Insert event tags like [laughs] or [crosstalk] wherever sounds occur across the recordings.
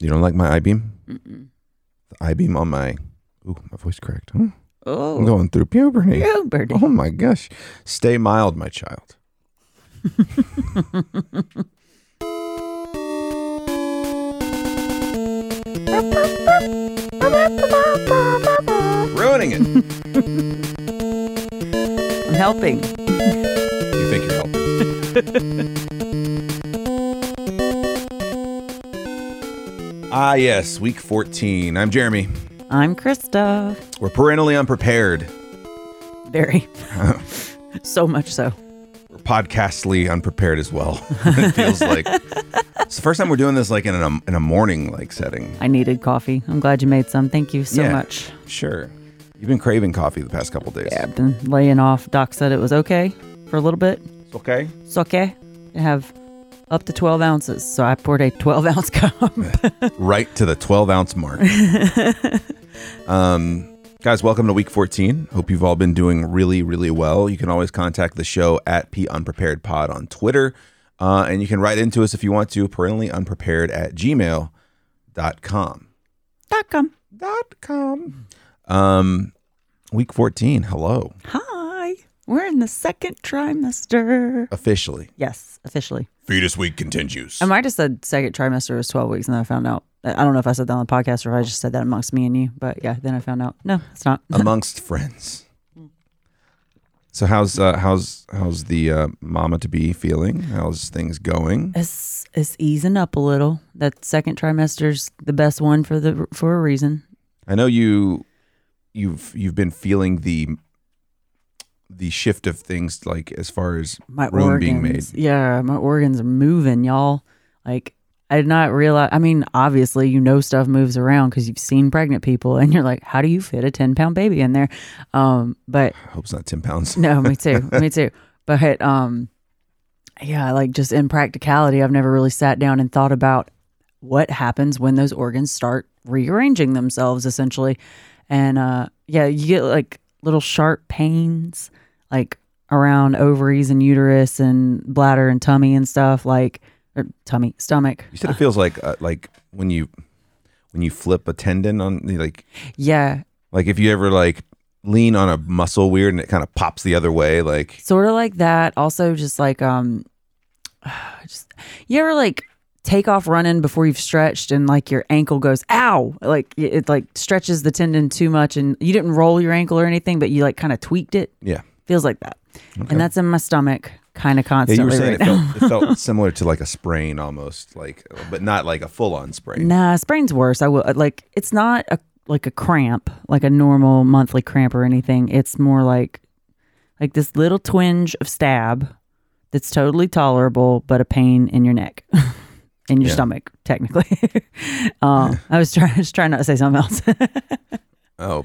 You don't like my I beam? Mm-mm. The I beam on my. Ooh, my voice cracked. Hmm. I'm Oh, going through puberty. puberty. Oh my gosh. Stay mild, my child. Ruining it. I'm helping. You think you're helping. [laughs] ah, yes, week 14. I'm Jeremy. I'm Krista. We're parentally unprepared. Very. so much so. We're podcastly unprepared as well. [laughs] it feels like it's the first time we're doing this like in a, in a morning like setting. I needed coffee. I'm glad you made some. Thank you so Yeah. much. Sure. You've been craving coffee the past couple days. Yeah, I've been laying off. Doc said it was okay for a little bit. It's okay. It's okay to have up to 12 ounces. So I poured a 12 ounce [laughs] cup. right to the 12 ounce mark. um, guys, welcome to week 14. Hope you've all been doing really, really well. You can always contact the show at P Unprepared Pod on Twitter. Uh, and you can write into us if you want to, parentally unprepared at gmail.com. Dot com. Dot com. Um, week 14. Hello. Hi. We're in the second trimester. Officially. Yes, officially. Fetus week continues. I might have said second trimester was 12 weeks, and then I found out. I I don't know if I said that on the podcast or if I just said that amongst me and you, but yeah, then I found out. No, it's not. amongst friends. So how's uh, how's how's the uh, mama to be feeling? How's things going? It's, it's easing up a little. That second trimester's the best one for the for a reason. I know you you've you've been feeling the the shift of things like as far as My room organs, being made. yeah, my organs are moving, y'all. Like I did not realize. I mean, obviously, you know, stuff moves around because you've seen pregnant people, and you're like, how do you fit a 10 pound baby in there? Um, but I hope it's not ten pounds. No, me too. me too. But um yeah, like just in practicality, I've never really sat down and thought about what happens when those organs start rearranging themselves essentially. And uh yeah, you get like little sharp pains like around ovaries and uterus and bladder and tummy and stuff like or tummy, stomach. You said it feels like uh, like when you when you flip a tendon on like Yeah, like if you ever like lean on a muscle weird and it kind of pops the other way like sort of like that also just like um [sighs] just you ever like take off running before you've stretched and like your ankle goes ow like it it, like stretches the tendon too much and you didn't roll your ankle or anything but you like kind of tweaked it yeah. feels like that Okay. and that's in my stomach kind of Yeah, you were constantly saying right it, now felt, it [laughs] felt similar to like a sprain almost, like, but not like a full on sprain. nah sprain's worse i will uh, like it's not a like a cramp like a normal monthly cramp or anything it's more like like this little twinge of stab that's totally tolerable, but a pain in your neck, [laughs] in your Yeah. stomach, technically. [laughs] um, I was trying, I was trying not to say something else. [laughs] Oh,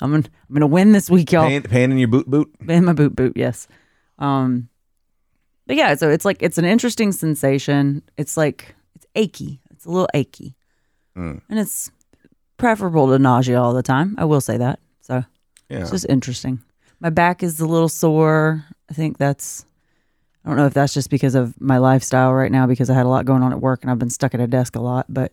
I'm gonna, I'm gonna win this week, y'all. pain, pain in your boot boot. [laughs] In my boot, boot, yes. Um, but yeah, so it's like it's an interesting sensation. It's like it's achy. It's a little achy, Mm. and it's preferable to nausea all the time. I will say that. So Yeah. it's just interesting. My back is a little sore. I think that's, I don't know if that's just because of my lifestyle right now, because I had a lot going on at work and I've been stuck at a desk a lot. But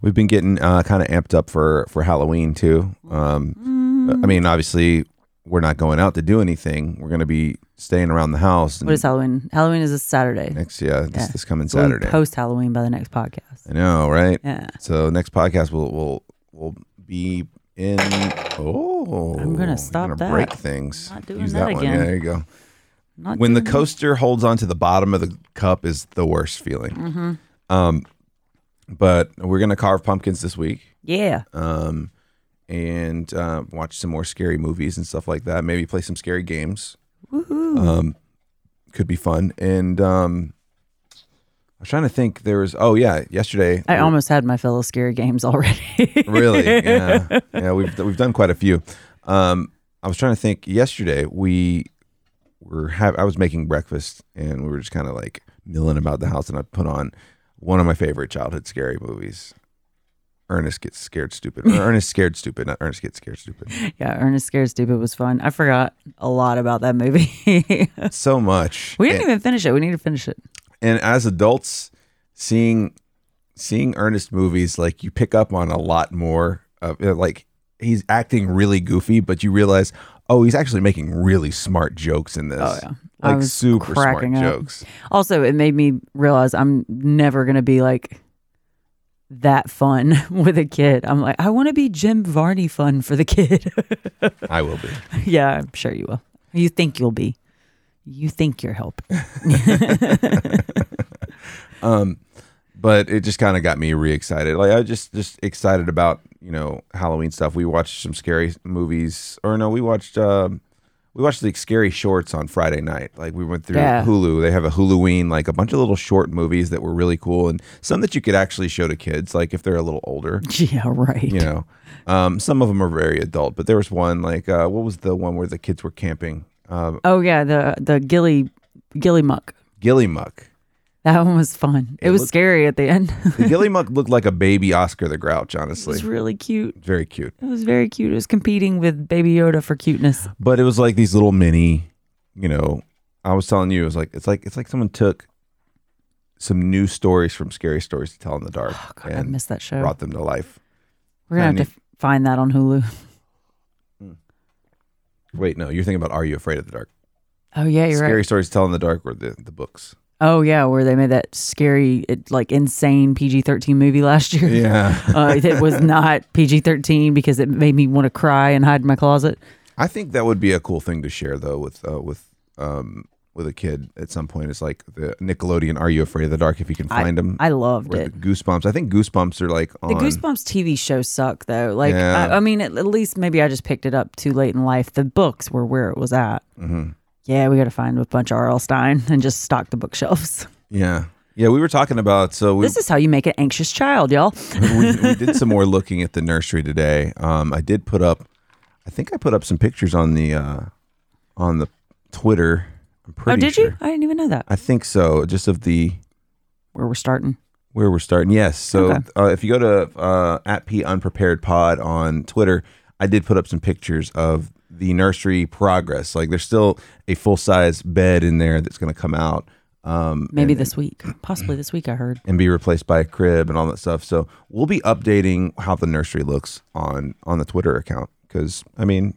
We've been getting uh, kind of amped up for, for Halloween too. Um, I mean, obviously, we're not going out to do anything. We're going to be staying around the house. And what is Halloween? Halloween is this Saturday. Mm. next? Yeah, this, Yeah. this coming So we'll be Saturday. Post Halloween by the next podcast. I know, right? Yeah. So next podcast will will will be in. Oh, I'm gonna you're stop that. Break things. I'm not doing Use that that, one. again. Yeah, there you go. Not when the doing- coaster holds onto the bottom of the cup is the worst feeling. Mm-hmm. Um, but we're gonna carve pumpkins this week, Yeah. um, and uh, watch some more scary movies and stuff like that. Maybe play some scary games. Woohoo. Um, could be fun. And um, I was trying to think. There was oh yeah, yesterday. I almost had my fellow scary games already. [laughs] really yeah yeah we've we've done quite a few. Um, I was trying to think. Yesterday we were have I was making breakfast and we were just kind of like milling about the house and I put on one of my favorite childhood scary movies. Ernest gets scared stupid. Or Ernest scared stupid. Not Ernest gets scared stupid. yeah. Ernest Scared Stupid was fun. I forgot a lot about that movie. [laughs] we So much. didn't even finish it. We need to finish it. and, and as adults, seeing seeing Ernest movies, like you pick up on a lot more of uh, like he's acting really goofy, but you realize, oh, he's actually making really smart jokes in this. Oh, yeah. I Like was super smart cracking up. jokes. Also, it made me realize I'm never going to be like that fun [laughs] with a kid. I'm like, I want to be Jim Varney fun for the kid. [laughs] I will be. yeah, I'm sure you will. You think you'll be. You think you're helping. Um, but it just kind of got me re-excited. Like I was just just excited about you know Halloween stuff. We watched some scary movies, or no, we watched um, we watched the scary shorts on Friday night. Like we went through Yeah. Hulu. They have a Huluween, like a bunch of little short movies that were really cool, and some that you could actually show to kids, like if they're a little older. [laughs] yeah, right. You know, um, some of them are very adult, but there was one like uh, what was the one where the kids were camping? Uh, Oh yeah, the the Gilly Gilly Muck. Gilly Muck. That one was fun. It, was looked- scary at the end. it [laughs] The Gilly Muck looked like a baby Oscar the Grouch. Honestly, was really cute. very cute. It was very cute. It was competing with Baby Yoda for cuteness. but it was like these little mini you know i was telling you it was like it's like it's like someone took some new stories from scary stories to tell in the dark Oh, God, I and missed that show. brought them to life We're gonna have to Honey. f- find that on Hulu. wait no you're thinking about are you afraid of the dark Oh yeah, you're scary right. stories to tell in the dark were the, the books Oh yeah, where they made that scary, it, like insane PG thirteen movie last year. yeah [laughs] uh, it was not PG thirteen because it made me want to cry and hide in my closet. [laughs] i think that would be a cool thing to share though with uh, with um with a kid at some point it's like the nickelodeon are you afraid of the dark if you can find them I loved Where it. the goosebumps i think goosebumps are like on The Goosebumps TV show suck though. Like, Yeah. I, I mean, at, at least maybe I just picked it up too late in life. The books were where it was at. Mhm. Yeah, we got to find a bunch of R.L. Stein and just stock the bookshelves. yeah yeah we were talking about so we, This is how you make an anxious child, y'all. we, we did some more looking at the nursery today. Um, I did put up, I think I put up some pictures on the uh, on the Twitter. I'm Oh, pretty did sure. you? I didn't even know that. I think so. Just of the Where we're starting. where we're starting. Yes. So Okay. uh, if you go to uh, at p unprepared pod on Twitter, I did put up some pictures of the nursery progress. Like there's still a full size bed in there that's going to come out. Um, Maybe this week, possibly this week. I heard. and be replaced by a crib and all that stuff. So we'll be updating how the nursery looks on on the Twitter account because I mean,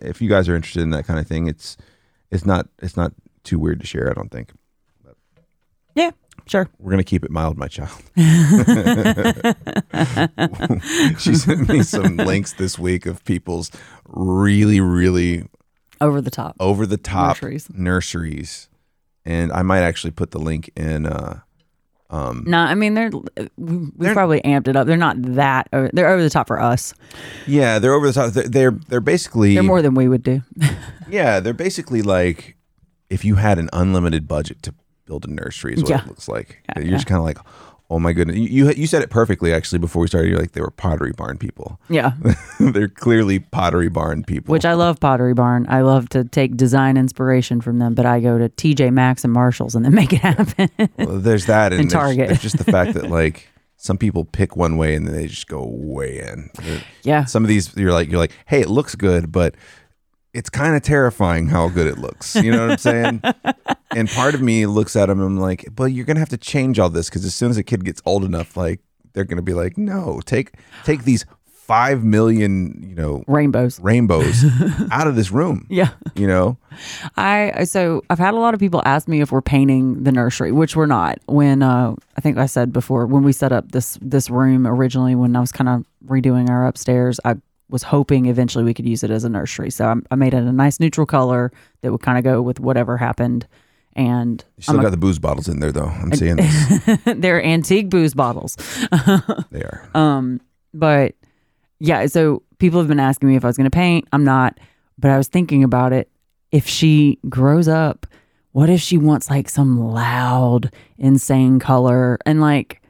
if you guys are interested in that kind of thing, it's it's not it's not too weird to share. I don't think Yeah, sure. we're gonna keep it mild, my child. [laughs] she sent me some links this week of people's really really Over the top. over the top Nurseries. nurseries. and I might actually put the link in. Uh, No, I mean they're we, we probably amped it up. They're not that. Over, they're over the top for us. yeah, they're over the top. They're they're, they're basically They're more than we would do. [laughs] Yeah, they're basically like if you had an unlimited budget to build a nursery is what Yeah. it looks like. You're just kind of like, oh my goodness. You, you you said it perfectly actually before we started. You're like they were Pottery Barn people. [laughs] Yeah. they're clearly Pottery Barn people. which I love Pottery Barn. I love to take design inspiration from them, but I go to TJ Maxx and Marshalls and then make it [laughs] happen. Well, there's [laughs] that and, And there's- Target. There's just the fact [laughs] that like some people pick one way and then they just go way in. yeah. Some of these you're like you're like, hey, it looks good, but it's kind of terrifying how good it looks. You know what I'm saying? and part of me looks at him and I'm like, but you're gonna have to change all this because as soon as a kid gets old enough, like they're gonna be like, no, take take these five million, you know, Rainbows. rainbows out of this room. Yeah. You know, I so I've had a lot of people ask me if we're painting the nursery, which we're not. When uh, I think I said before when we set up this this room originally when I was kind of redoing our upstairs, I was hoping eventually we could use it as a nursery. So I, I made it a nice neutral color that would kind of go with whatever happened. And [laughs] you still got the booze bottles in there though. I'm seeing this. they're antique booze bottles. they are. Um, but yeah, so people have been asking me if I was going to paint. I'm not, but I was thinking about it. If she grows up, what if she wants like some loud, insane color? And like,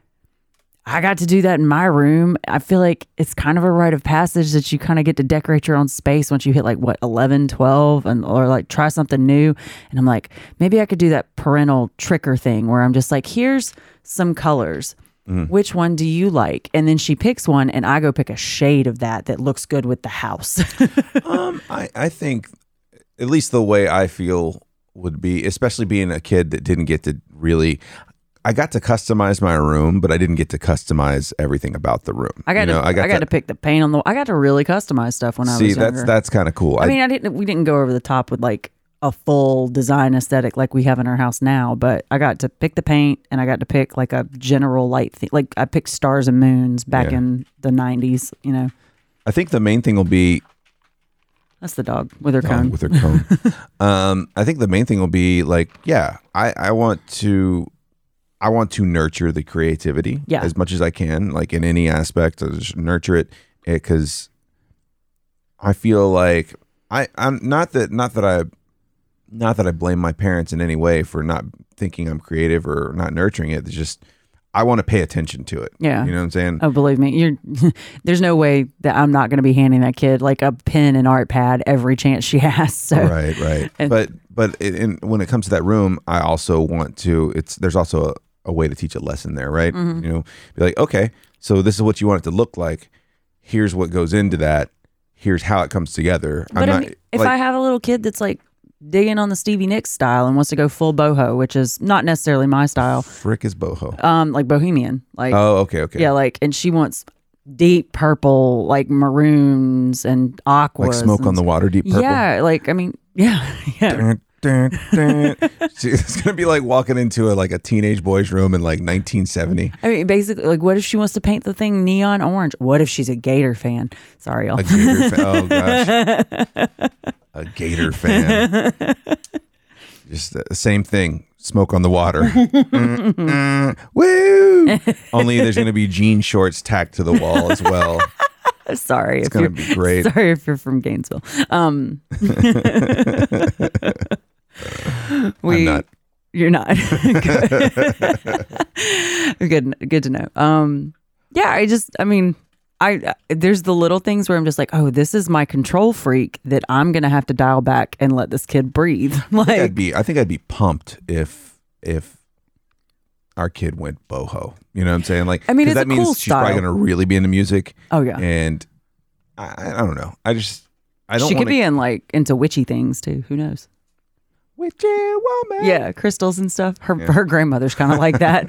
I got to do that in my room. I feel like it's kind of a rite of passage that you kind of get to decorate your own space once you hit like what 11, 12 and or like try something new. And I'm like, maybe I could do that parental tricker thing where I'm just like, here's some colors. Hmm. Which one do you like? And then she picks one and I go pick a shade of that that looks good with the house. [laughs] um, I, I think at least the way I feel would be, especially being a kid that didn't get to really. I got to customize my room, but I didn't get to customize everything about the room. I got You know, to, I got, to, pick the paint on the. I got to really customize stuff when I see was younger. that's that's kind of cool. I mean, I didn't. We didn't go over the top with like a full design aesthetic like we have in our house now. But I got to pick the paint, and I got to pick like a general light thing. Like I picked stars and moons back Yeah. in the '90s. You know, I think the main thing will be that's the dog with her Oh, cone. with her [laughs] cone. um, I think the main thing will be like, yeah, I, I want to, I want to nurture the creativity Yeah. as much as I can, like in any aspect, I just nurture it because I feel like I, I'm not that, not that I, not that I blame my parents in any way for not thinking I'm creative or not nurturing it. It's just I want to pay attention to it. Yeah. you know what I'm saying. Oh, believe me, you're. [laughs] there's no way that I'm not going to be handing that kid like a pen and art pad every chance she has. [laughs] So right right And- but but it, in, when it comes to that room i also want to it's there's also a, a way to teach a lesson there right Mm-hmm. you know be like okay so this is what you want it to look like here's what goes into that here's how it comes together But I mean, if like, I have a little kid that's like digging on the Stevie Nicks style and wants to go full boho, which is not necessarily my style, frick is boho um, like bohemian, like oh okay okay yeah, like, and she wants deep purple, like maroons and aqua, like smoke on the water deep purple yeah, like I mean, [laughs] yeah, yeah. [laughs] Dun, dun, dun. [laughs] See, it's gonna be like walking into a like a teenage boy's room in like 1970 I mean, basically, like, what if she wants to paint the thing neon orange? What if she's a Gator fan? Sorry, y'all. A gator fan. Oh gosh. A gator fan. Just the same thing. Smoke on the [laughs] water. Mm-mm. Woo! Only there's going to be jean shorts tacked to the wall as well. [laughs] sorry, It's if going you're to be [laughs] great. sorry if you're from Gainesville. [laughs] Um, we, I'm not. You're not. [laughs] good. [laughs] good. Good to know. Um, yeah, I just, I mean, I there's the little things where I'm just like, oh, this is my control freak that I'm gonna have to dial back and let this kid breathe. [laughs] I think I'd like, be. I think I'd be pumped if if our kid went boho. You know what I'm saying? Like, I mean, 'cause it's that a means cool she's probably style. going to really be into music. oh yeah, And I, I don't know. I just. I don't. she could wanna- be in like into witchy things too. Who knows? witchy woman. Yeah, crystals and stuff. Her her grandmother's kind of [laughs] like that,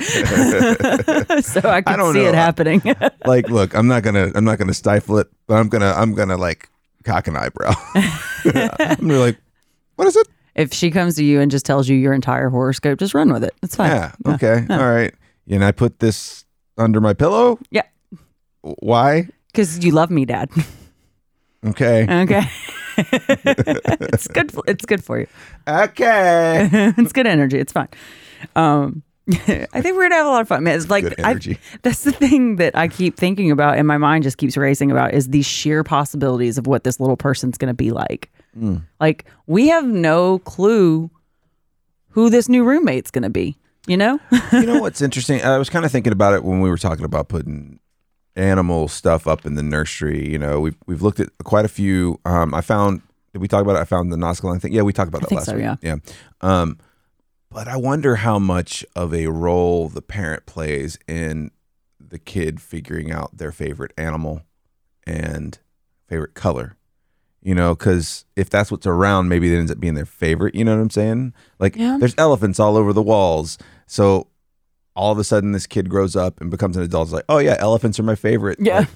[laughs] so I can don't see know. it happening. [laughs] like look i'm not gonna i'm not gonna stifle it but i'm gonna i'm gonna like cock an eyebrow [laughs] i'm gonna be like what is it if she comes to you and just tells you your entire horoscope, just run with it. It's fine. yeah okay all right and i put this under my pillow Yeah. why Because you love me, Dad. [laughs] okay Okay. [laughs] it's good. For, it's good for you. [laughs] okay it's good energy. It's fun. Um, [laughs] I think we're gonna have a lot of fun. Man, it's like Good I- energy. that's the thing that I keep thinking about, and my mind just keeps racing about is the sheer possibilities of what this little person's gonna be like. Hmm. Like we have no clue who this new roommate's gonna be. You know? you know what's interesting i was kind of thinking about it when we were talking about putting animal stuff up in the nursery you know we've, we've looked at quite a few um i found did we talk about it i found the nautical line thing yeah we talked about that think last so, week yeah. yeah um but i wonder how much of a role the parent plays in the kid figuring out their favorite animal and favorite color you know because if that's what's around maybe it ends up being their favorite you know what i'm saying like Yeah. there's elephants all over the walls so all of a sudden this kid grows up and becomes an adult is like oh yeah elephants are my favorite Yeah. Like,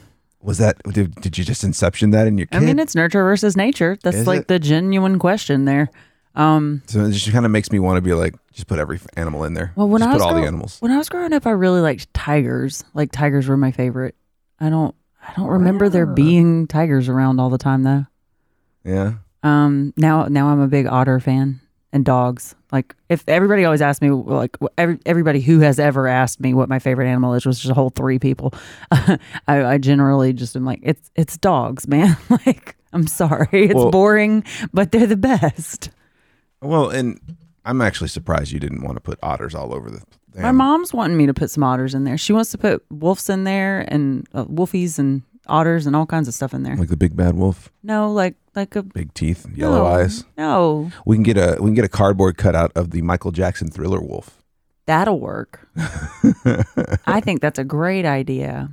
was that did, did you just inception that in your I kid mean, it's nurture versus nature. That's Is like it? the genuine question there. Um, so it just kind of makes me want to be like just put every animal in there Well, when just I put was all grow- the animals when I was growing up, I really liked tigers. Like tigers were my favorite. I don't I don't remember there being tigers around all the time though. yeah Um, now now I'm a big otter fan and dogs. Like if everybody always asked me, like wh- every, everybody who has ever asked me what my favorite animal is, was just a whole three people. [laughs] I, I generally just am like it's it's dogs, man. [laughs] like I'm sorry, it's Well- boring, but they're the best. well and i'm actually surprised you didn't want to put otters all over the damn- My mom's wanting me to put some otters in there. She wants to put wolves in there and uh, wolfies and otters and all kinds of stuff in there. like the big bad wolf No, like like a big teeth Mm. yellow no, eyes No, we can get a we can get a cardboard cutout of the michael jackson thriller wolf [laughs] that'll work. I think that's a great idea.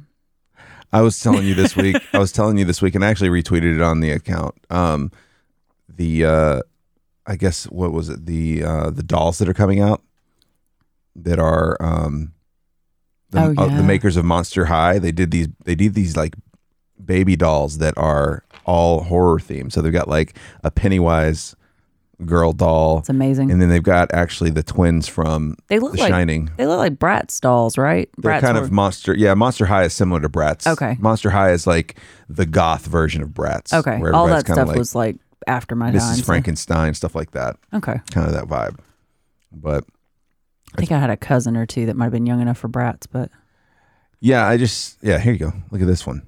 I was telling you this [laughs] week. I was telling you this week, and I actually retweeted it on the account. Um, the uh, I guess what was it? The uh, the dolls that are coming out. that are um, the, Oh, uh, yeah. the makers of Monster High. They did these. They did these like baby dolls that are all horror themed. So they've got like a Pennywise girl doll, It's amazing. and then they've got actually the twins from they look The like Shining. they look like Bratz dolls, right? They're Bratz kind were- of monster. Yeah, Monster High is similar to Bratz. Okay. Monster High is like the goth version of Bratz. okay. where All everybody's that kinda stuff was like after my time. Mrs. so- Frankenstein, stuff like that. Okay, Kind of that vibe. But I think I had a cousin or two that might have been young enough for Bratz, but yeah, I just yeah. Here you go. Look at this one.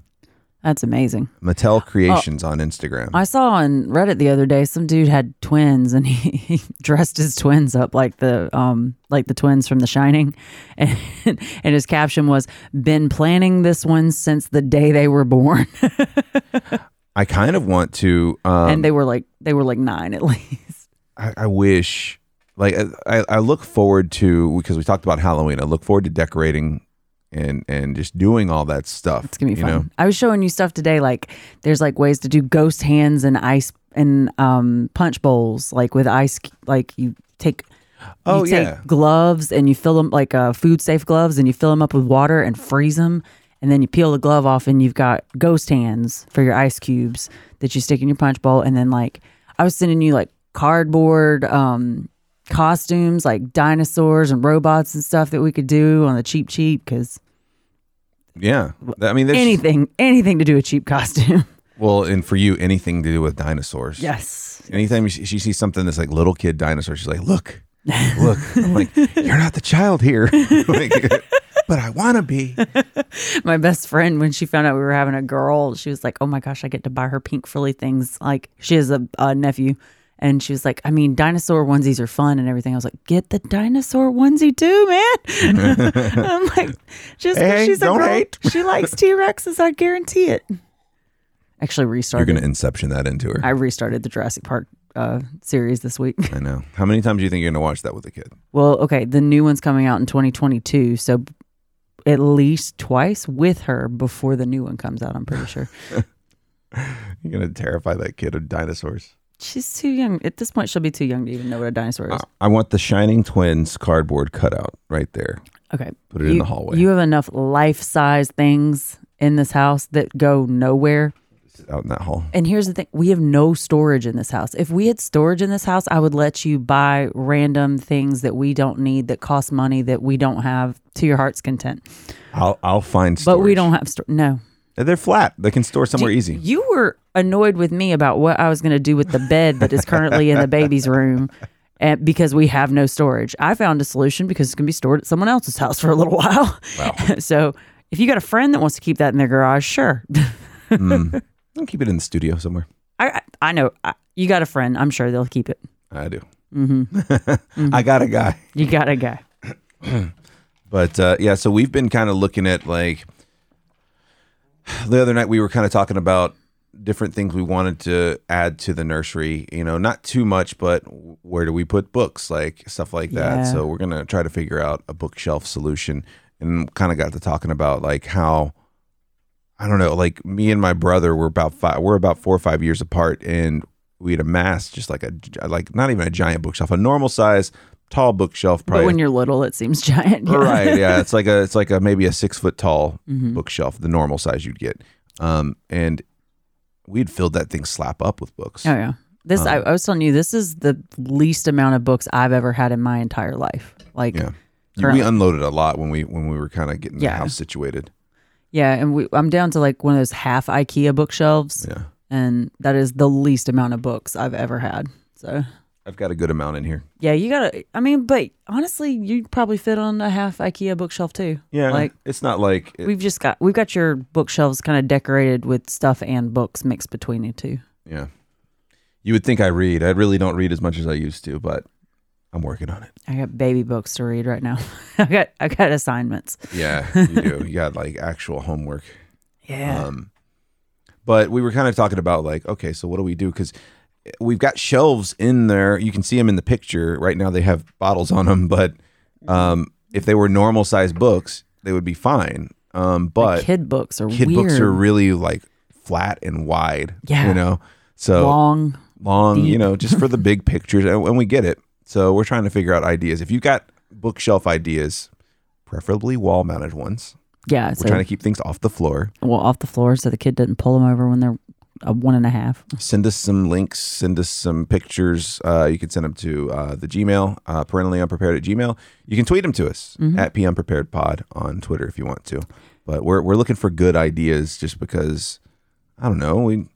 that's amazing. Mattel Creations on Instagram. Oh. I saw on Reddit the other day some dude had twins and [laughs] he, he dressed his twins up like the um like the twins from The Shining, [laughs] and and his caption was "Been planning this one since the day they were born," [laughs] I kind of want to. Um, and they were like they were like nine at least. I, I wish like I, I look forward to because we talked about Halloween. I look forward to decorating and and just doing all that stuff. It's gonna be you fun. know? I was showing you stuff today, like there's like ways to do ghost hands and ice and um punch bowls, like with ice, like you take. Oh, you take yeah. gloves and you fill them like uh, food safe gloves and you fill them up with water and freeze them and then you peel the glove off and you've got ghost hands for your ice cubes that you stick in your punch bowl and then like I was sending you like cardboard um costumes like dinosaurs and robots and stuff that we could do on the cheap cheap because Yeah, I mean, there's [laughs] anything anything to do with cheap costume [laughs] well, and for you, anything to do with dinosaurs. yes Anytime she, she sees something that's like little kid dinosaur, she's like, "Look, look!" I'm [laughs] like, "You're not the child here," [laughs] Like, but I want to be. my best friend when she found out we were having a girl she was like oh my gosh i get to buy her pink frilly things like she has a, a nephew and she was like i mean dinosaur onesies are fun and everything i was like get the dinosaur onesie too man [laughs] i'm like just 'cause Hey, she's a don't girl, hate. she likes t-rexes i guarantee it actually restarted You're gonna inception that into her. i restarted the jurassic park uh, series this week I know. How many times do you think you're gonna watch that with a kid? well okay the new one's coming out in 2022 so at least twice with her before the new one comes out i'm pretty sure [sighs] You're gonna terrify that kid of dinosaurs. She's too young. At this point, she'll be too young to even know what a dinosaur is. I- I want the Shining Twins cardboard cutout right there. okay. Ah, Put it in You- the hallway. You have enough life size things in this house that go nowhere. out in that hall. And here's the thing we have no storage in this house. If we had storage in this house, I would let you buy random things that we don't need that cost money that we don't have to your heart's content. I'll I'll find. But Storage. we don't have, sto- no. They're flat. They can store somewhere easy. You were annoyed with me about what I was going to do with the bed that is currently in the baby's room. And because we have no storage, I found a solution because it's going to be stored at someone else's house for a little while. [laughs] so if you got a friend that wants to keep that in their garage, sure. [laughs] I'll keep it in the studio somewhere. I I, I know I, you got a friend. I'm sure they'll keep it. I do. [laughs] Mm-hmm. I got a guy. You got a guy. But uh, yeah, so we've been kind of looking at like the other night we were kind of talking about different things we wanted to add to the nursery. You know, not too much, but where do we put books, like stuff like that. Yeah. So we're gonna try to figure out a bookshelf solution, and kind of got to talking about like how I don't know, like me and my brother were about five, we're about four or five years apart, and we had amassed just like a like not even a giant bookshelf, a normal size tall bookshelf, But probably when you're little, it seems [laughs] giant. Oh, Yeah. Mm-hmm. right yeah it's like a it's like a maybe a six foot tall bookshelf the normal size you'd get um and we'd filled that thing slap up with books Oh yeah. This I, I was telling you. This is the least amount of books I've ever had in my entire life. Like yeah we Correct. unloaded a lot when we when we were kind of getting the Yeah. house situated Yeah, and we, I'm down to like one of those half IKEA bookshelves, yeah and that is the least amount of books I've ever had. So i've got a good amount in here yeah, you gotta. I mean, but honestly, you probably fit on a half IKEA bookshelf too. like it's not like we've just got we've got your bookshelves kind of decorated with stuff and books mixed between the two. yeah you would think i read i really don't read as much as i used to but i'm working [laughs] on it I got baby books to read right now. [laughs] I got I got assignments. yeah you do you got like actual homework Yeah, Um, but we were kind of talking about like, okay, so what do we do? Because we've got shelves in there. You can see them in the picture right now. They have bottles on them, but um, if they were normal sized books, they would be fine. Um, but kid books are kid weird. books are really like flat and wide. Yeah. you know, so long. [laughs] long, you know, just for the big pictures, and, and we get it. So we're trying to figure out ideas. If you got bookshelf ideas, preferably wall mounted ones. Yeah, We're so trying to keep things off the floor. well off the floor so the kid doesn't pull them over when they're a one and a half. Send us some links, send us some pictures. Uh, you can send them to uh, the Gmail, uh, parentally unprepared at Gmail. You can tweet them to us Mm-hmm. at P Unprepared Pod on Twitter if you want to. But we're, we're looking for good ideas just because, I don't know, we,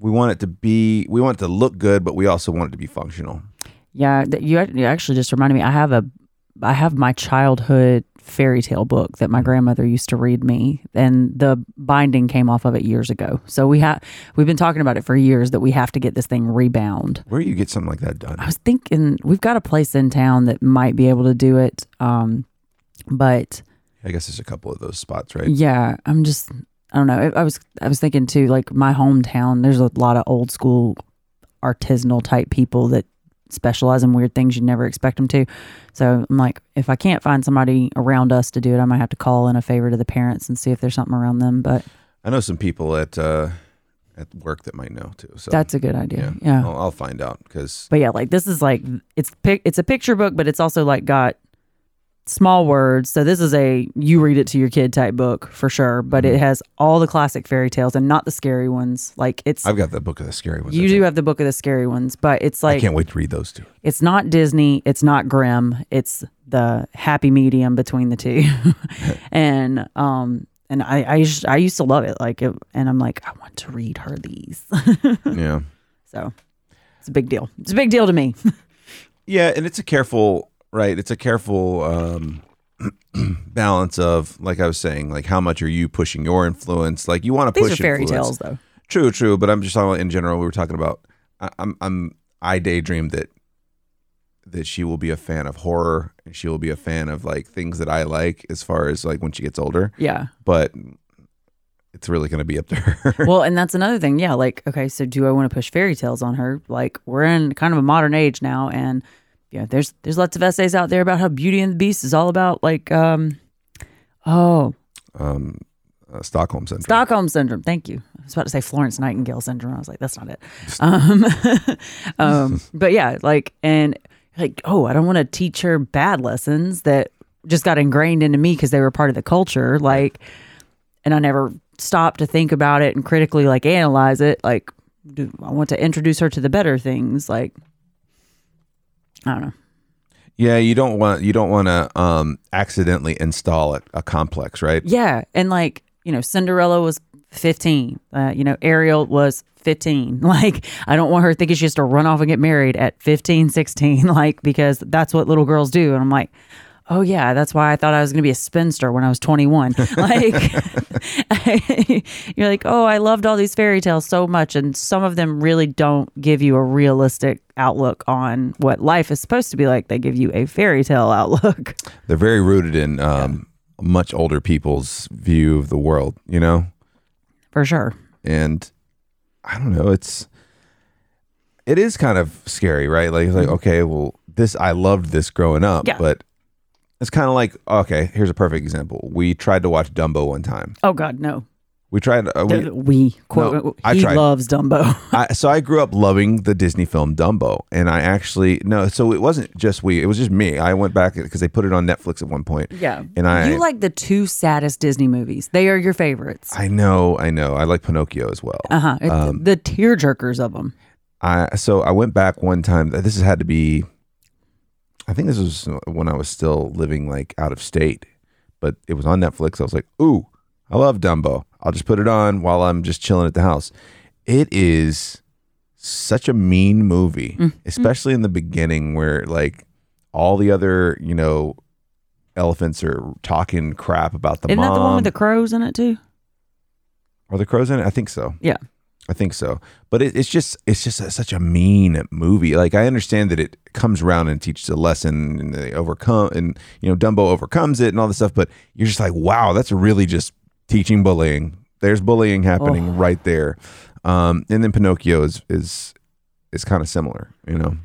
we want it to be, we want it to look good, but we also want it to be functional. Yeah, that you, ac- you actually just reminded me. I have a, I have my childhood fairy tale book that my grandmother used to read me, and the binding came off of it years ago. So we have, we've been talking about it for years that we have to get this thing rebound. Where do you get something like that done? I was thinking we've got a place in town that might be able to do it, um, but I guess there's a couple of those spots, right? yeah, I'm just, I don't know. I I was, I was thinking too, like my hometown. There's a lot of old school, artisanal type people that specialize in weird things you never expect them to. So I'm like, if I can't find somebody around us to do it, I might have to call in a favor to the parents and see if there's something around them. But I know some people at uh, at work that might know too. So that's a good idea. Yeah. I'll, I'll find out because But yeah, like this is like it's pic- it's a picture book, but it's also like got small words. So this is a you read it to your kid type book for sure. But it has all the classic fairy tales and not the scary ones. Like it's I've got the book of the scary ones. you do have the book of the scary ones, but it's I like can't wait to read those too. it's not Disney, it's not grim, it's the happy medium between the two. [laughs] and um and I I, used- I used to love it like it, and I'm like I want to read her these. [laughs] yeah, so it's a big deal. It's a big deal [laughs] to me. yeah, and it's a careful right. It's a careful um, [clears throat] balance of like I was saying, like how much are you pushing your influence? Like you want to These push are fairy influence. tales though. True, true. But I'm just talking about in general. We were talking about. I, I'm. I'm. I daydream that that she will be a fan of horror and she will be a fan of like things that I like as far as like when she gets older. Yeah. But it's really going to be up to her. [laughs] Well, and that's another thing. Yeah. Like, okay, so do I want to push fairy tales on her? Like, we're in kind of a modern age now, and you know, there's there's lots of essays out there about how Beauty and the Beast is all about like, um, oh, um, uh, Stockholm syndrome. Stockholm syndrome. Thank you. I was about to say Florence Nightingale syndrome. I was like, that's not it. Um, [laughs] um, but yeah, like, and like, oh, I don't want to teach her bad lessons that just got ingrained into me because they were part of the culture. Like, and I never stopped to think about it and critically like analyze it. Like, do I want to introduce her to the better things? Like, I don't know. Yeah, you don't want you don't want to um, accidentally install a, a complex, right? Yeah, and like you know, Cinderella was fifteen. Uh, you know, Ariel was fifteen. [laughs] Like, I don't want her thinking she has to run off and get married at 15, 16, [laughs] Like, because that's what little girls do. And I'm like, oh yeah, that's why I thought I was going to be a spinster when I was twenty one. [laughs] Like, you're like, oh, I loved all these fairy tales so much, and some of them really don't give you a realistic outlook on what life is supposed to be like. They give you a fairy tale outlook. [laughs] They're very rooted in um, much older people's view of the world, you know. For sure. And I don't know, it's it is kind of scary, right? Like it's like okay, well, this I loved this growing up, Mm-hmm. Yeah. but it's kind of like okay, here's a perfect example. We tried to watch Dumbo one time. Oh God, no. We tried. Uh, we, [laughs] Th- we quote No, I he tried. loves Dumbo. [laughs] I, so I grew up loving the Disney film Dumbo, and I actually no. So it wasn't just we; it was just me. I went back because they put it on Netflix at one point. yeah. and I, you like the two saddest Disney movies. They are your favorites. I um, know, I know. I like Pinocchio as well. Uh huh. the tear jerkers of them. I so I went back one time. This has had to be, I think this was when I was still living like out of state, but it was on Netflix. I was like, ooh, I love Dumbo. I'll just put it on while I'm just chilling at the house. It is such a mean movie, Mm. especially in the beginning where like all the other you know elephants are talking crap about the Isn't mom. that the one with the crows in it too? Are the crows in it? I think so. Yeah. I think so. But it, it's just it's just a, such a mean movie. Like I understand that it comes around and teaches a lesson and they overcome and you know Dumbo overcomes it and all this stuff. But you're just like, wow, that's really just teaching bullying. There's bullying happening right there. Um, and then Pinocchio is is is kind of similar. You know.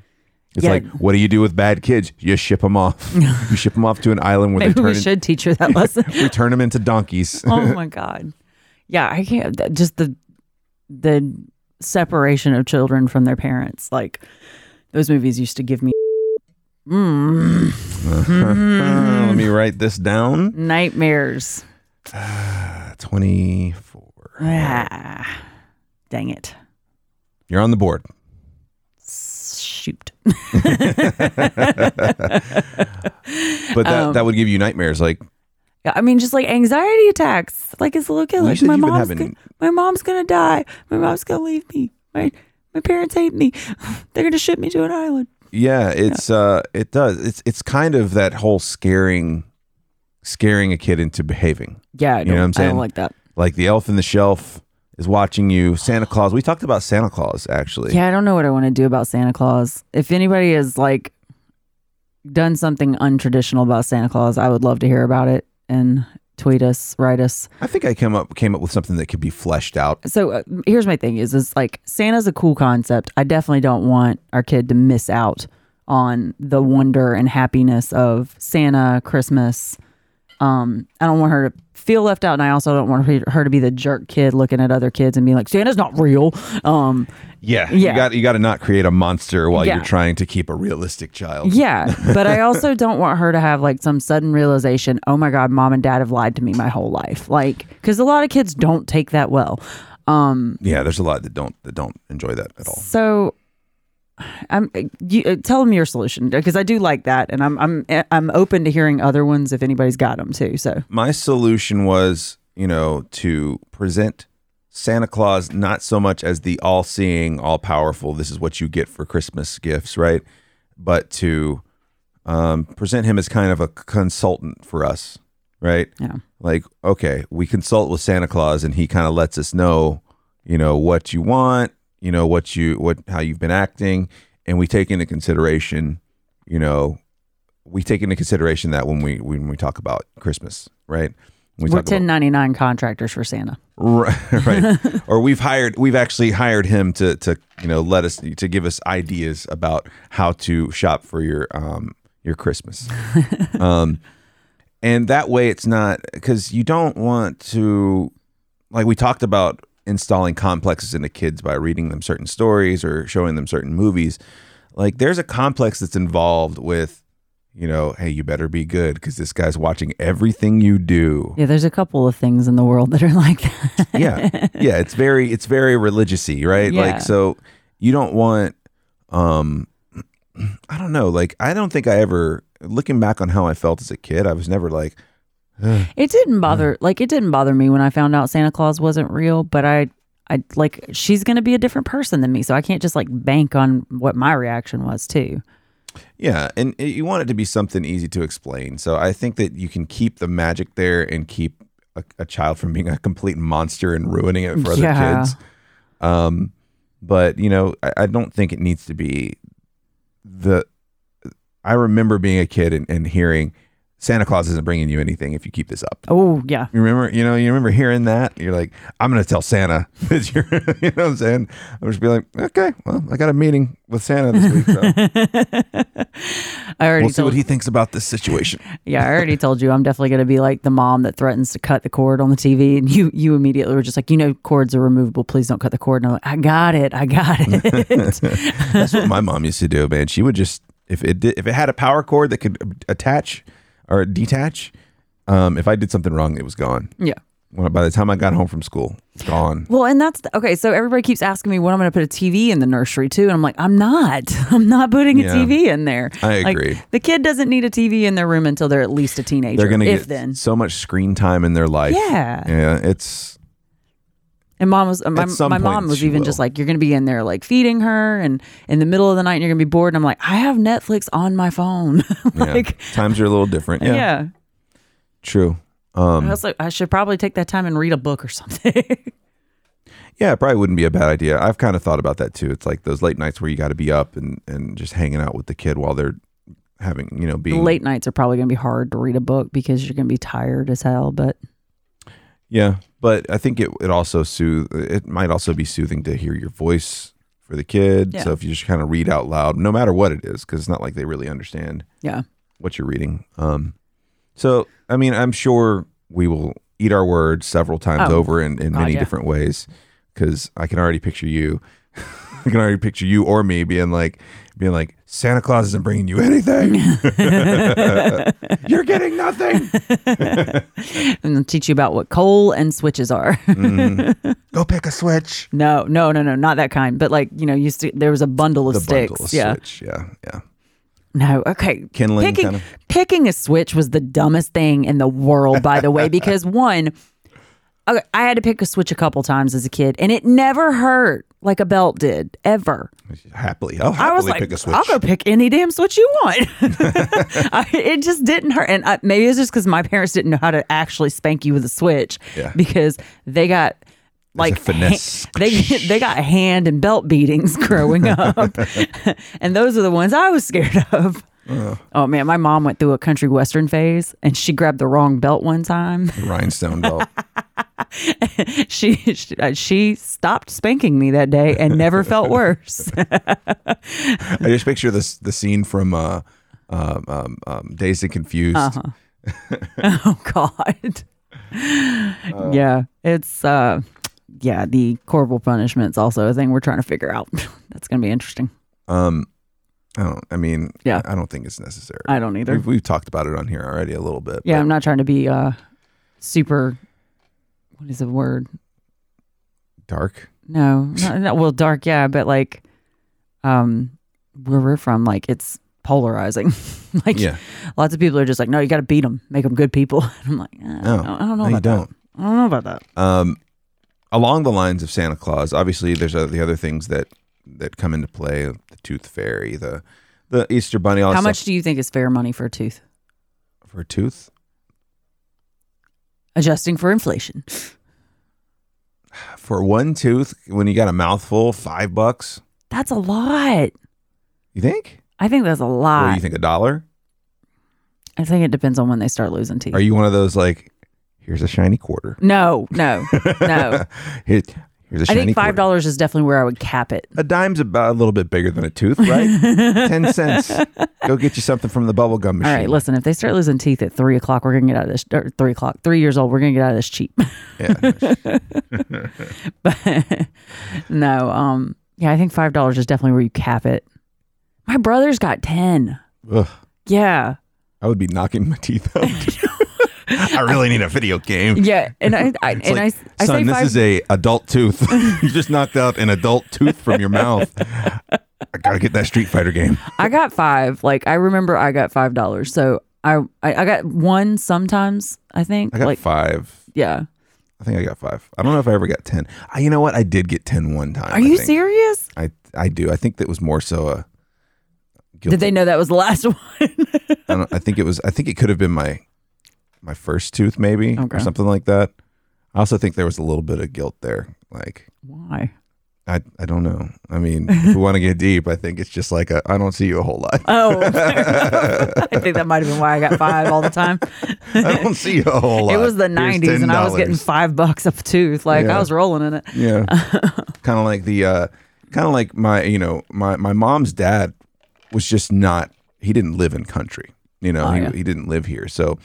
It's Yeah. like, what do you do with bad kids? You ship them [laughs] off. you ship them off to an island where Maybe they turn we in- should teach her [laughs] that lesson. we turn them into donkeys. oh my god. Yeah, I can't. that- Just the the separation of children from their parents. Like those movies used to give me [laughs] Mm, [laughs] Let me write this down. nightmares. Uh, 24. Ah, dang it. You're on the board. Shoot. But that, Um, that would give you nightmares. Like, Yeah, I mean, just like anxiety attacks. Like it's look at Well, you like said my you've been mom's having- gonna, my mom's gonna die. My mom's gonna leave me. My my parents hate me. [laughs] They're gonna ship me to an island. yeah, it's uh it does. It's it's kind of that whole scaring scaring a kid into behaving. Yeah, I You know what I'm don't- I saying? don't like that. Like the elf in the shelf is watching you. Santa Claus. We talked about Santa Claus actually. Yeah, I don't know what I want to do about Santa Claus. If anybody has like done something untraditional about Santa Claus, I would love to hear about it and tweet us, write us. I think I came up came up with something that could be fleshed out. So uh, here's my thing: is is like Santa's a cool concept. I definitely don't want our kid to miss out on the wonder and happiness of Santa, Christmas. Um, I don't want her to feel left out, and I also don't want her- her to be the jerk kid looking at other kids and being like, "Santa's not real." Um, Yeah. You Yeah. got you got to not create a monster while Yeah. you're trying to keep a realistic child. Yeah, but I also don't want her to have like some sudden realization, oh my god, mom and dad have lied to me my whole life. Like cuz a lot of kids don't take that well. Um Yeah, there's a lot that don't that don't enjoy that at all. so I'm you uh, tell them your solution because I do like that and I'm I'm eh, I'm open to hearing other ones if anybody's got them too. So My solution was, you know, to present Santa Claus not so much as the all-seeing, all-powerful, this is what you get for Christmas gifts, right? But to um, present him as kind of a consultant for us, right? Yeah. Like, okay, we consult with Santa Claus and he kind of lets us know, you know, what you want, you know, what you what how you've been acting, and we take into consideration, you know, we take into consideration that when we when we talk about Christmas, right? When we're talk about- 1099 contractors for Santa. [laughs] right, right. or we've hired we've actually hired him to to you know let us to give us ideas about how to shop for your um your christmas um and that way it's not because you don't want to like we talked about installing complexes into kids by reading them certain stories or showing them certain movies like there's a complex that's involved with you know hey you better be good because this guy's watching everything you do Yeah, there's a couple of things in the world that are [laughs] like that. yeah yeah it's very it's very religiousy right Yeah. like so you don't want um i don't know like i don't think i ever looking back on how i felt as a kid i was never like It didn't bother like it didn't bother me when I found out Santa Claus wasn't real, but I I like she's going to be a different person than me, so I can't just like bank on what my reaction was too. yeah and it, you want it to be something easy to explain so i think that you can keep the magic there and keep a, a child from being a complete monster and ruining it for other Yeah. kids um but you know I, I don't think it needs to be the i remember being a kid and, and hearing santa claus isn't bringing you anything if you keep this up Oh, yeah. [laughs] You remember, you know, you remember hearing that. You're like, I'm gonna tell Santa [laughs] that you're, you know, what I'm saying, I'm just be like, okay, well, I got a meeting with Santa this week. So I already we'll see told what he thinks about this [laughs] situation. Yeah, I already told you I'm definitely going to be like the mom that threatens to cut the cord on the TV and you you immediately were just like, "You know cords are removable. Please don't cut the cord." And I'm like, "I got it. I got [laughs] it." That's what my mom used to do, man. She would just if it did, if it had a power cord that could attach or detach. Um, if I did something wrong, it was gone. yeah. When, by the time I got home from school, it's gone. Well, and that's okay. So everybody keeps asking me when I'm going to put a TV in the nursery too, and I'm like, I'm not. [laughs] I'm not putting a Yeah. TV in there. I Like, agree. the kid doesn't need a TV in their room until they're at least a teenager. They're gonna if get then. so much screen time in their life. Yeah. yeah. It's And mom was uh, my, At some my point mom was she even will. just like, you're going to be in there like feeding her, and in the middle of the night, and you're going to be bored. And I'm like, I have Netflix on my phone. [laughs] yeah. like, times are a little different. yeah. [laughs] Yeah, true. I was like, I should probably take that time and read a book or something. [laughs] Mm. Yeah, it probably wouldn't be a bad idea. I've kind of thought about that too. It's like those late nights where you got to be up and, and just hanging out with the kid while they're having, you know, being Late nights are probably going to be hard to read a book because you're going to be tired as hell. But Yeah, but I think it it also soothe. It might also be soothing to hear your voice for the kid. Yeah. So if you just kind of read out loud, no matter what it is, because it's not like they really understand yeah. what you're reading. Um, so I mean, I'm sure we will eat our words several times Oh. over in, in God, many yeah. different ways, because I can already picture you [laughs] I can already picture you or me being like, being like, Santa Claus isn't bringing you [laughs] anything. [laughs] You're getting nothing. and they'll teach you about what coal and switches are. [laughs] Mm. Go pick a switch. no, no, no, no, not that kind. But like you know, used to there was a bundle of The sticks. bundle of yeah. switch. Yeah, yeah. No, okay. Kindling picking, kind of- picking a switch was the dumbest thing in the world, by [laughs] the way, because one, okay, I had to pick a switch a couple times as a kid, and it never hurt like a belt did ever. Happily, I'll I happily was like, pick a switch. I'll go pick any damn switch you [laughs] want. [laughs] I, it just didn't hurt, and I, maybe it's just because my parents didn't know how to actually spank you with a switch Yeah. because they got. Like a finesse. ha- they they got hand and belt beatings [laughs] [laughs] growing up, and those are the ones I was scared of. Oh man, my mom went through a country western phase, and she grabbed the wrong belt one [laughs] time. [laughs] Rhinestone belt. she she, uh, she stopped spanking me that day and never felt worse. I just picture this the scene from uh, um, um, um, Dazed and Confused. Uh-huh. [laughs] oh god Uh, yeah it's uh yeah the corporal punishment's also a thing we're trying to figure out [laughs] that's gonna be interesting Um, I don't. I mean, Yeah. I don't think it's necessary. i don't either We've, we've talked about it on here already a little bit. yeah i'm not trying to be uh super what is the word but [laughs] Dark. no not, not- well dark yeah but like um where we're from like it's polarizing [laughs] like Yeah. lots of people are just like no you gotta beat them make them good people [laughs] i'm like eh, I, No. don't, I don't No, know about you don't. that i don't know about that Um, along the lines of Santa Claus, obviously there's uh the other things that that come into play: the Tooth Fairy, the the Easter Bunny. All that how stuff. much do you think is fair money for a tooth for a tooth? adjusting for inflation For one tooth, when you got a mouthful, five bucks. That's a lot. You think? I think that's a Or lot. you think a dollar? I think it depends on when they start losing teeth. Are you one of those like, here's a shiny quarter? no, [laughs] no, no. Here- here's a I shiny. think five quarter. dollars is definitely where I would cap it. [laughs] A dime's about a little bit bigger than a tooth, right? Ten cents. Go get you something from the bubble gum All machine. right, listen. If they start losing teeth at three o'clock, we're gonna get out of this. Or three o'clock, three years old, we're gonna get out of this cheap. Yeah. [laughs] but [laughs] no, um, yeah, I think five dollars is definitely where you cap it. My brother's got ten. Ugh, Yeah, I would be knocking my teeth [laughs] out. [laughs] I really need a video game. yeah, and I, I and [laughs] It's like, I, I son, say this five. is a adult tooth. [laughs] you just knocked out an adult tooth from your [laughs] mouth. I gotta get that Street Fighter game. I got five. Like I remember, I got five dollars. So I, I, I got one sometimes. I think. I got like five. yeah. I think I got five. I don't know if I ever got ten. I, you know what? I did get ten one time. Are you serious? serious? I I do. I think that was more so a. Did they know that was the last [laughs] one? I, don't, I think it was. I think it could have been my, my first tooth, maybe Okay. or something like that. I also think there was a little bit of guilt there. Like [laughs] Why? I I don't know. I mean, if we want to get deep, I think it's just like a, I don't see you a whole lot. [laughs] Oh, [laughs] I think that might have been why I got five all [laughs] the time. I don't see you a whole lot. It was the Here's '90s, and I was getting $10. five bucks a tooth. Like Yeah. I was rolling in it. [laughs] Yeah. kind of like the uh kind of like my, you know, my my mom's dad was just not he didn't live in country. You know, Oh, he, yeah. he didn't live here. So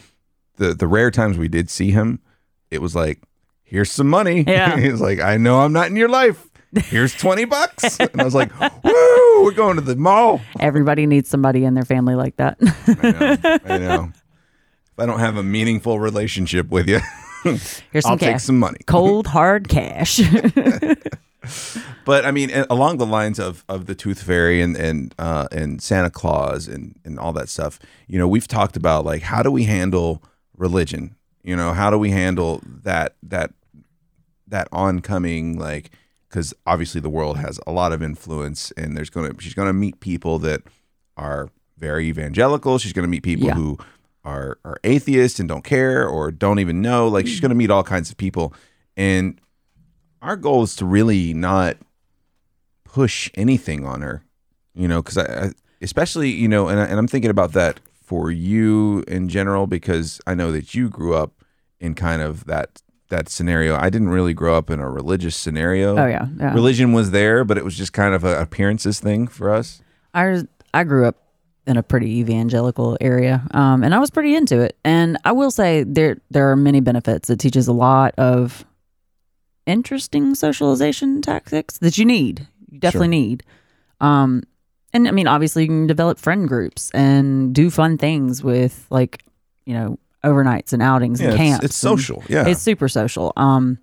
the the rare times we did see him, it was like here's some money. [laughs] Yeah. He's like, "I know I'm not in your life. [laughs] Here's 20 bucks." and I was like, "Woo, we're going to the mall." Everybody needs somebody in their family like that. [laughs] I know. I know. If I don't have a meaningful relationship with you, [laughs] Here's some I'll take cash. some money. Cold hard cash. [laughs] But I mean, a- along the lines of of the Tooth Fairy and and uh, and Santa Claus and and all that stuff, you know, we've talked about like how do we handle religion? You know, how do we handle that that that oncoming like because obviously the world has a lot of influence and there's gonna she's gonna meet people that are very evangelical. She's gonna meet people Yeah. who are are atheists and don't care or don't even know. Like she's gonna meet all kinds of people and our goal is to really not push anything on her, you know, because I, I, especially, you know, and, I, and I'm thinking about that for you in general because I know that you grew up in kind of that that scenario. I didn't really grow up in a religious scenario. oh yeah, yeah. Religion was there, but it was just kind of a appearances thing for us. I I grew up in a pretty evangelical area, um, and I was pretty into it. And I will say there there are many benefits. It teaches a lot of interesting socialization tactics that you need. you definitely Sure. need. Um, and I mean, obviously, you can develop friend groups and do fun things with like, you know, overnights and outings Yeah, and it's- camps. it's, and- social. Yeah, it's super social. Um,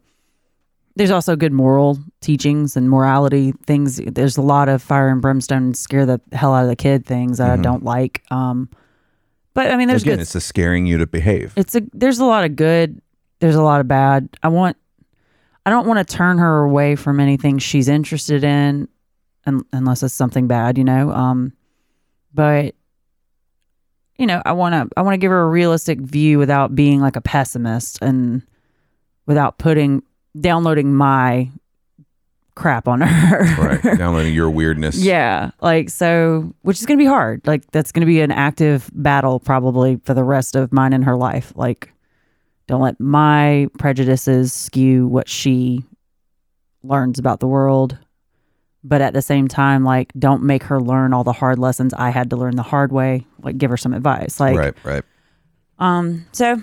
there's also good moral teachings and morality things. There's a lot of fire and brimstone and scare the hell out of the kid things that I don't like. Um, but I mean, there's Mm-hmm. again, good. it's the scaring you to behave. [laughs] It's a there's a lot of good. There's a lot of bad. I want. I don't want to turn her away from anything she's interested in, un, unless it's something bad, you know. Um, but you know, I want to I want to give her a realistic view without being like a pessimist and without putting downloading my crap on her. [laughs] right, downloading your weirdness. Yeah. Like, so, which is going to be hard. Like, that's going to be an active battle probably for the rest of mine and her life. Like, don't let my prejudices skew what she learns about the world. But at the same time, like, don't make her learn all the hard lessons I had to learn the hard way. Like, give her some advice. Like, right, right. um, so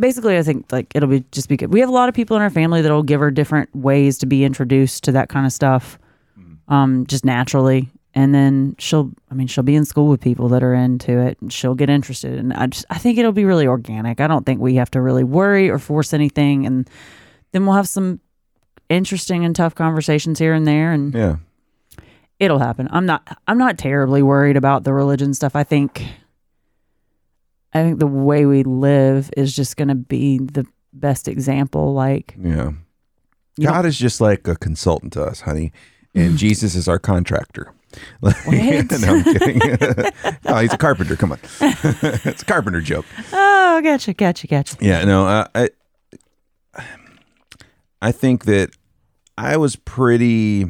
basically, I think like it'll be just be good. We have a lot of people in our family that'll give her different ways to be introduced to that kind of stuff, um, just naturally. And then she'll, I mean, she'll be in school with people that are into it, and she'll get interested. And I just, I think it'll be really organic. I don't think we have to really worry or force anything. And then we'll have some interesting and tough conversations here and there, and Yeah, it'll happen. I'm not I'm not terribly worried about the religion stuff. I think I think the way we live is just going to be the best example like yeah. You God is just like a consultant to us, honey, [laughs] and Jesus is our contractor. [laughs] Like, no, I'm kidding. [laughs] no, he's a carpenter. Come on, [laughs] it's a carpenter joke. oh, gotcha, gotcha, gotcha. Yeah, no, I, I, I think that I was pretty.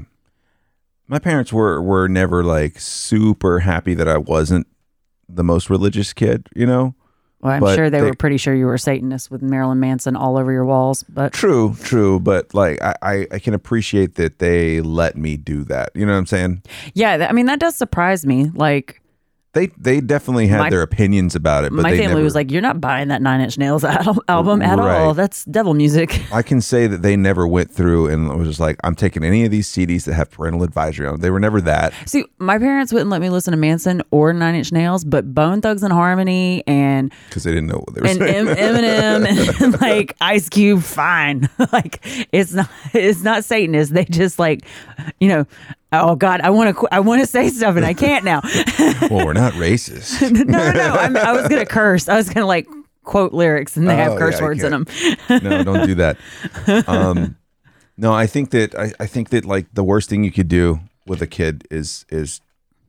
My parents were were never like super happy that I wasn't the most religious kid. You know, Well, I'm But sure they, they- were pretty sure you were a Satanist with Marilyn Manson all over your walls, but true, true, but like I, I, I can appreciate that they let me do that. You know what I'm saying? yeah, th- I mean that does surprise me. Like They they definitely had My- their opinions about it, but my they family never, was like, "You're not buying that Nine Inch Nails [laughs] al- album at all. Right. That's devil music." [laughs] I can say that they never went through and was just like, I'm taking any of these CDs that have parental advisory on. them. They were never that. See, my parents wouldn't let me listen to Manson or Nine Inch Nails, but Bone Thugs and Harmony and because they didn't know what they were and [laughs] saying. [laughs] M- Eminem and like Ice Cube, fine. [laughs] like it's not it's not Satanist. They just like, you know, oh God, I want to qu- I want to say stuff and I can't now. [laughs] well, we're not racist. no, no, no. I'm, I was gonna curse. I was gonna like quote lyrics and they Oh, have curse yeah, you words in them. can't. no, don't do that. Um, no, I think that I, I think that like the worst thing you could do with a kid is is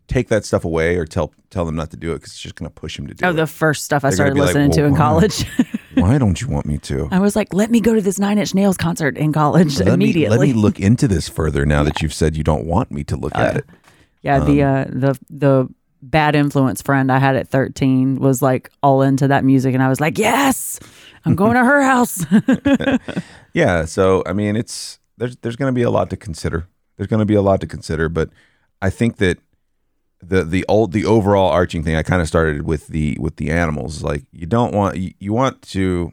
take that stuff away or tell tell them not to do it because it's just gonna push him to do Oh, it. the first stuff I They're gonna started be like, listening to "Well, in why?" college. [laughs] Why don't you want me to? I was like, let me go to this Nine Inch Nails concert in college Let me, immediately. Oh, let me look into this further now that you've said you don't want me to look at it. Yeah, the Um, uh, the the bad influence friend I had at 13 was like all into that music, and I was like, yes, I'm [laughs] going to her house. [laughs] Oh, Yeah, so I mean, it's there's there's going to be a lot to consider. There's going to be a lot to consider, but I think that the the old the overall arching thing I kind of started with the with the animals. Like you don't want you, you want to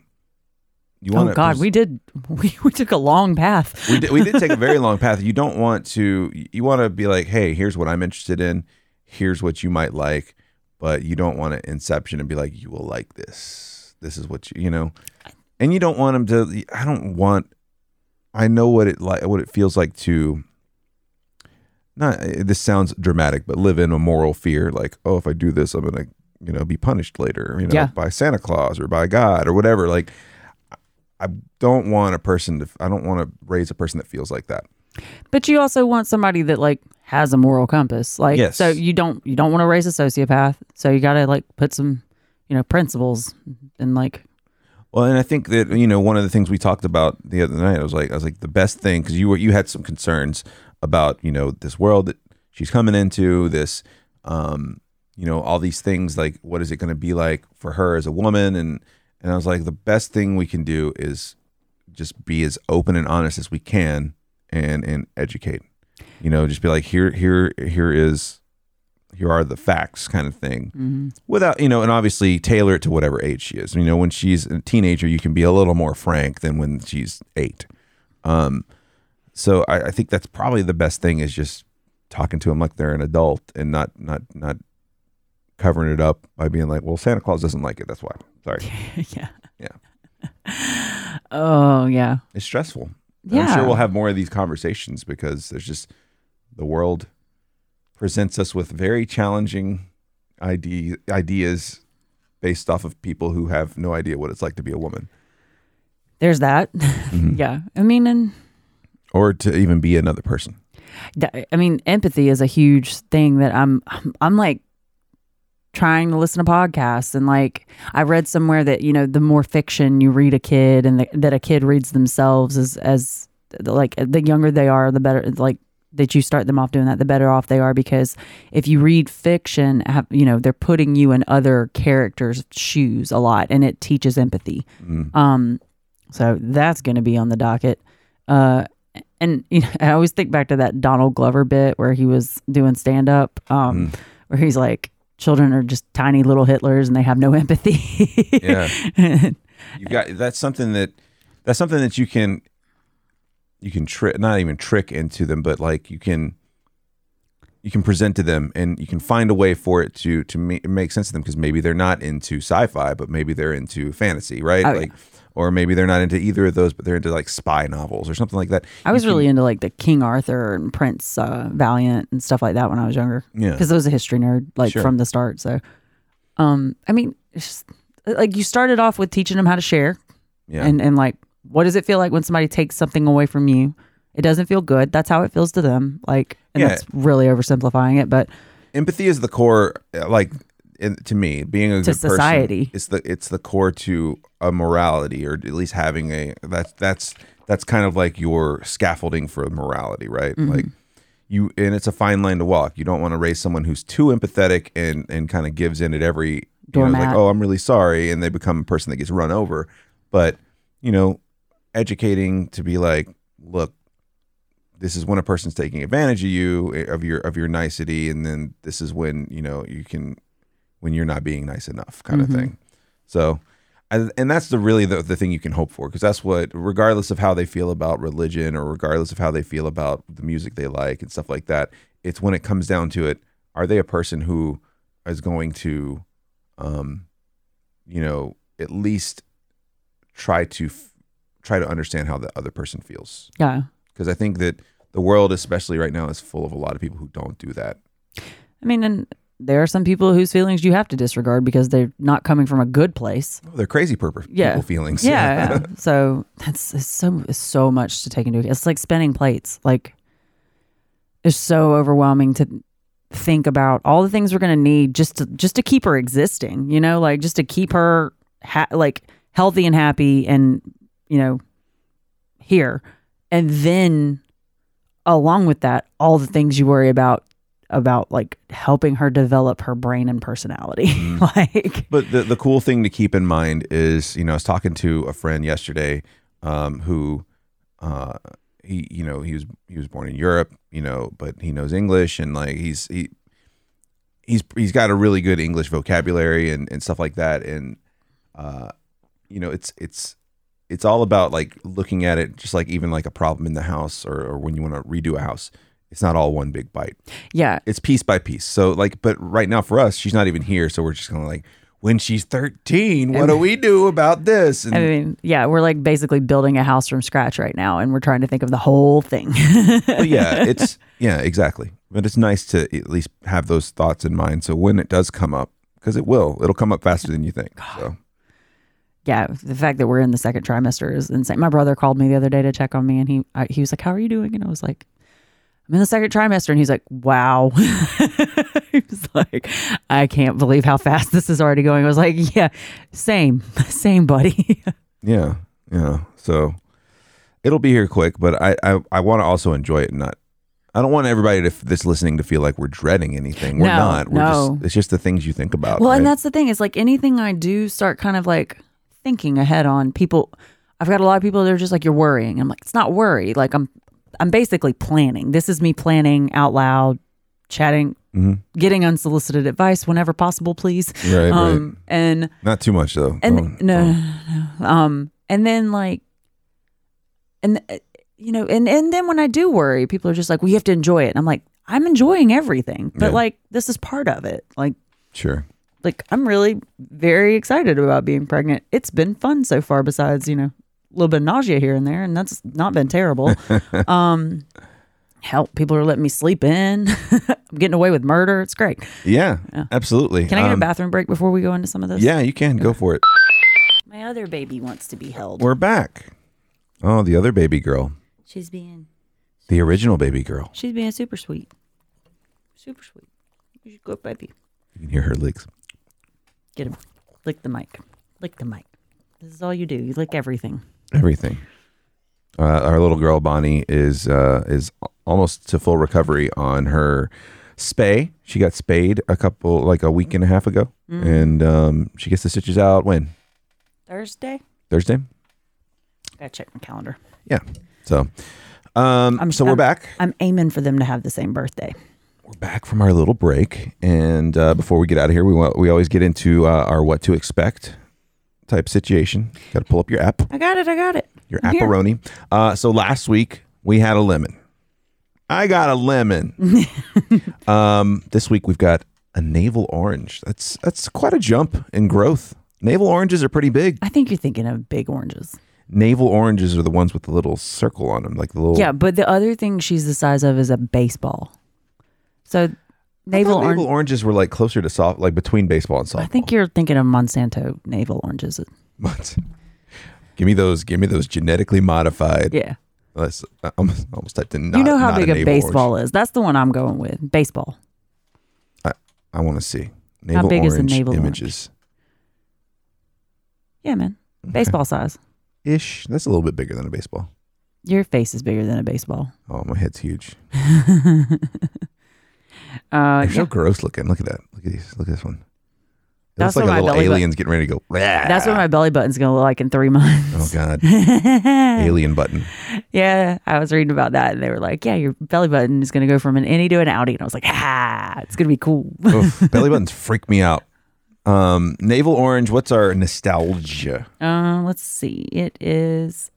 you want oh God, we did we, [laughs] we took a long path. we did, we did take a very long path. You don't want to you want to be like, hey, here's what I'm interested in. Here's what you might like, but you don't want to inception and be like, you will like this. This is what you you know, and you don't want them to. I don't want. I know what it like what it feels like to. Not this sounds dramatic, but live in a moral fear. Like, oh, if I do this, I'm gonna you know be punished later. You know, Yeah. by Santa Claus or by God or whatever. Like, I don't want a person to. I don't want to raise a person that feels like that. But you also want somebody that like has a moral compass, like Yes. so you don't you don't want to raise a sociopath, so you got to like put some you know principles and like Well, and I think that you know one of the things we talked about the other night. I was like, I was like the best thing because you were you had some concerns about you know this world that she's coming into this, um, you know all these things like what is it going to be like for her as a woman and and I was like the best thing we can do is just be as open and honest as we can and and educate. You know, just be like here here here is here are the facts kind of thing mm-hmm. without you know and obviously tailor it to whatever age she is you know when she's a teenager you can be a little more frank than when she's eight um So I, I think that's probably the best thing is just talking to them like they're an adult and not not not covering it up by being like, well, Santa Claus doesn't like it. That's why. Sorry, [laughs] yeah. Yeah. Oh, yeah. it's stressful. Yeah. I'm sure we'll have more of these conversations because there's just the world presents us with very challenging ide- ideas based off of people who have no idea what it's like to be a woman There's that. Mm-hmm. [laughs] yeah. I mean, and or to even be another person. that- I mean, empathy is a huge thing that I'm, I'm, I'm like trying to listen to podcasts and like I read somewhere that you know the more fiction you read a kid and the, that a kid reads themselves as as like the younger they are, the better like that you start them off doing that, the better off they are because if you read fiction, have- you know they're putting you in other characters' shoes a lot, and it teaches empathy. Mm. Um, so that's going to be on the docket. Uh, and you know, [laughs] I always think back to that Donald Glover bit where he was doing stand up, um, Mm. where he's like, children are just tiny little Hitlers and they have no [laughs] empathy. Yeah. And- you got that's something that that's something that you can you can trick not even trick into them but like you can you can present to them and you can find a way for it to to ma- make sense to them because maybe they're not into sci-fi but maybe they're into fantasy right Oh, yeah. like or maybe they're not into either of those but they're into like spy novels or something like that I You was can- really into like the King Arthur and Prince uh, Valiant and stuff like that when I was younger. Yeah. Because I was a history nerd, like Sure. from the start. So, um, I mean, it's just like you started off with teaching them how to share yeah and, and like, what does it feel like when somebody takes something away from you? It doesn't feel good. That's how it feels to them. Like, and Yeah. that's really oversimplifying it, but empathy is the core uh, like in, to me being a good person, society. it's the it's the core to a morality or at least having a that's that's that's kind of like your scaffolding for morality right Mm-hmm. like you and it's a fine line to walk you don't want to raise someone who's too empathetic and and kind of gives in at every you know it's like Doormat. oh i'm really sorry and they become a person that gets run over but you know educating to be like look this is when a person's taking advantage of you eh, of your of your nicety and then this is when you know you can when you're not being nice enough kind of thing so I- and that's the really the, the thing you can hope for because that's what regardless of how they feel about religion or regardless of how they feel about the music they like and stuff like that it's when it comes down to it are they a person who is going to um you know at least try to f- try to understand how the other person feels yeah. because I think that the world, especially right now, is full of a lot of people who don't do that. I mean, and there are some people whose feelings you have to disregard because they're not coming from a good place. Oh, they're crazy purpose, Yeah. people feelings. [laughs] Yeah. yeah. so that's it's so it's so much to take into account. It's like spinning plates. Like it's so overwhelming to think about all the things we're gonna need just to just to keep her existing. You know, like just to keep her ha- like healthy and happy, and you know here, and then along with that, all the things you worry about about like helping her develop her brain and personality. [laughs] like But the, the cool thing to keep in mind is, you know, I was talking to a friend yesterday um, who, uh, he, you know, he was he was born in Europe, you know, but he knows English and like he's he he's he's got a really good English vocabulary and and stuff like that. And uh, you know, it's it's it's all about like looking at it just like even like a problem in the house or, or when you want to redo a house. It's not all one big bite yeah, it's piece by piece. So like, but right now for us, she's not even here, so we're just kind of like, when she's thirteen, what do we do about this? And I [laughs] mean, yeah, we're like basically building a house from scratch right now, and we're trying to think of the whole thing. [laughs] but yeah, it's yeah, exactly. But it's nice to at least have those thoughts in mind. So when it does come up, because it will, it'll come up faster than you think. So yeah, the fact that we're in the second trimester is insane. My brother called me the other day to check on me, and he I, he was like, "How are you doing?" And I was like, "I'm in the second trimester," and he's like, "Wow." [laughs] he was like, "I can't believe how fast this is already going." I was like, "Yeah, same, [laughs] same, buddy." yeah, yeah. So it'll be here quick, but I I, I want to also enjoy it and not. I don't want everybody to, f- that's listening to feel like we're dreading anything. We're No, not. We're no. just, it's just the things you think about. Well, and right? that's the thing is like anything I do start kind of like thinking ahead on people. I've got a lot of people that are just like you're worrying. I'm like it's not worry. Like I'm I'm basically planning. This is me planning out loud, chatting, getting unsolicited advice whenever possible, please. Mm-hmm. Right, right. um and not too much though. and Don't- no, no, no, no. Um, and then like, and uh, you know, and and then when I do worry, people are just like, "Well, you have to enjoy it." And I'm like, "I'm enjoying everything, but Yeah. like this is part of it. Like, Sure. like I'm really very excited about being pregnant. It's been fun so far. Besides, you know, a little bit of nausea here and there, and that's not [laughs] been terrible. um, help, people are letting me sleep in. [laughs] I'm getting away with murder. It's great. Yeah, absolutely. Can I get Um, a bathroom break before we go into some of this? Yeah, you can go for it. My other baby wants to be held. We're back. Oh, the other baby girl, She's being the original baby girl. she's being super sweet. Super sweet. You should go baby. You can hear her licks. Get him. Lick the mic. Lick the mic. This is all you do. You lick everything. Everything. Uh, our little girl Bonnie is uh, is almost to full recovery on her spay. She got spayed a couple, like a week and a half ago, Mm. and um, she gets the stitches out when Thursday? Thursday. Gotta check my calendar. Yeah. So, um, I'm- so we're I'm- back. I'm aiming for them to have the same birthday. We're back from our little break, and uh, before we get out of here, we want, we always get into uh, our what to expect type situation. Got to pull up your app, I got it. I got it. your I'm here. apparoni. Uh, so last week we had a lemon. I got a [laughs] lemon. um, this week we've got a navel orange. That's that's quite a jump in growth. Navel oranges are pretty big. I think you're thinking of big oranges. Navel oranges are the ones with the little circle on them, like the little Yeah, but the other thing she's the size of is a baseball. I So thought navel orange. oranges were like closer to soft, like between baseball and softball. I think you're thinking of Monsanto navel oranges. But give me those. Give me those genetically modified. Yeah. Let's, I almost, almost typed in. Not, you know how not big a navel orange. baseball is. That's the one I'm going with. Baseball. I want to see. Navel big is a orange navel images? Yeah, man. Baseball size. Ish. That's a little bit bigger than a baseball. Your face is bigger than a baseball. [laughs] Oh, my head's huge. Uh, They're so yeah. gross looking. Look at that. Look at these. Look at this one. It That's looks what like my a little belly button- alien's getting ready to go. That's what my belly button's gonna look like in three Oh [laughs] months. God. Alien [laughs] button. yeah, I was reading about that, and they were like, "Yeah, your belly button is gonna go from an innie to an outie," and I was like, "Ha, it's gonna be [laughs] cool." Oof, belly buttons freak me out. Um, navel orange. What's our nostalgia? Uh, let's see. It is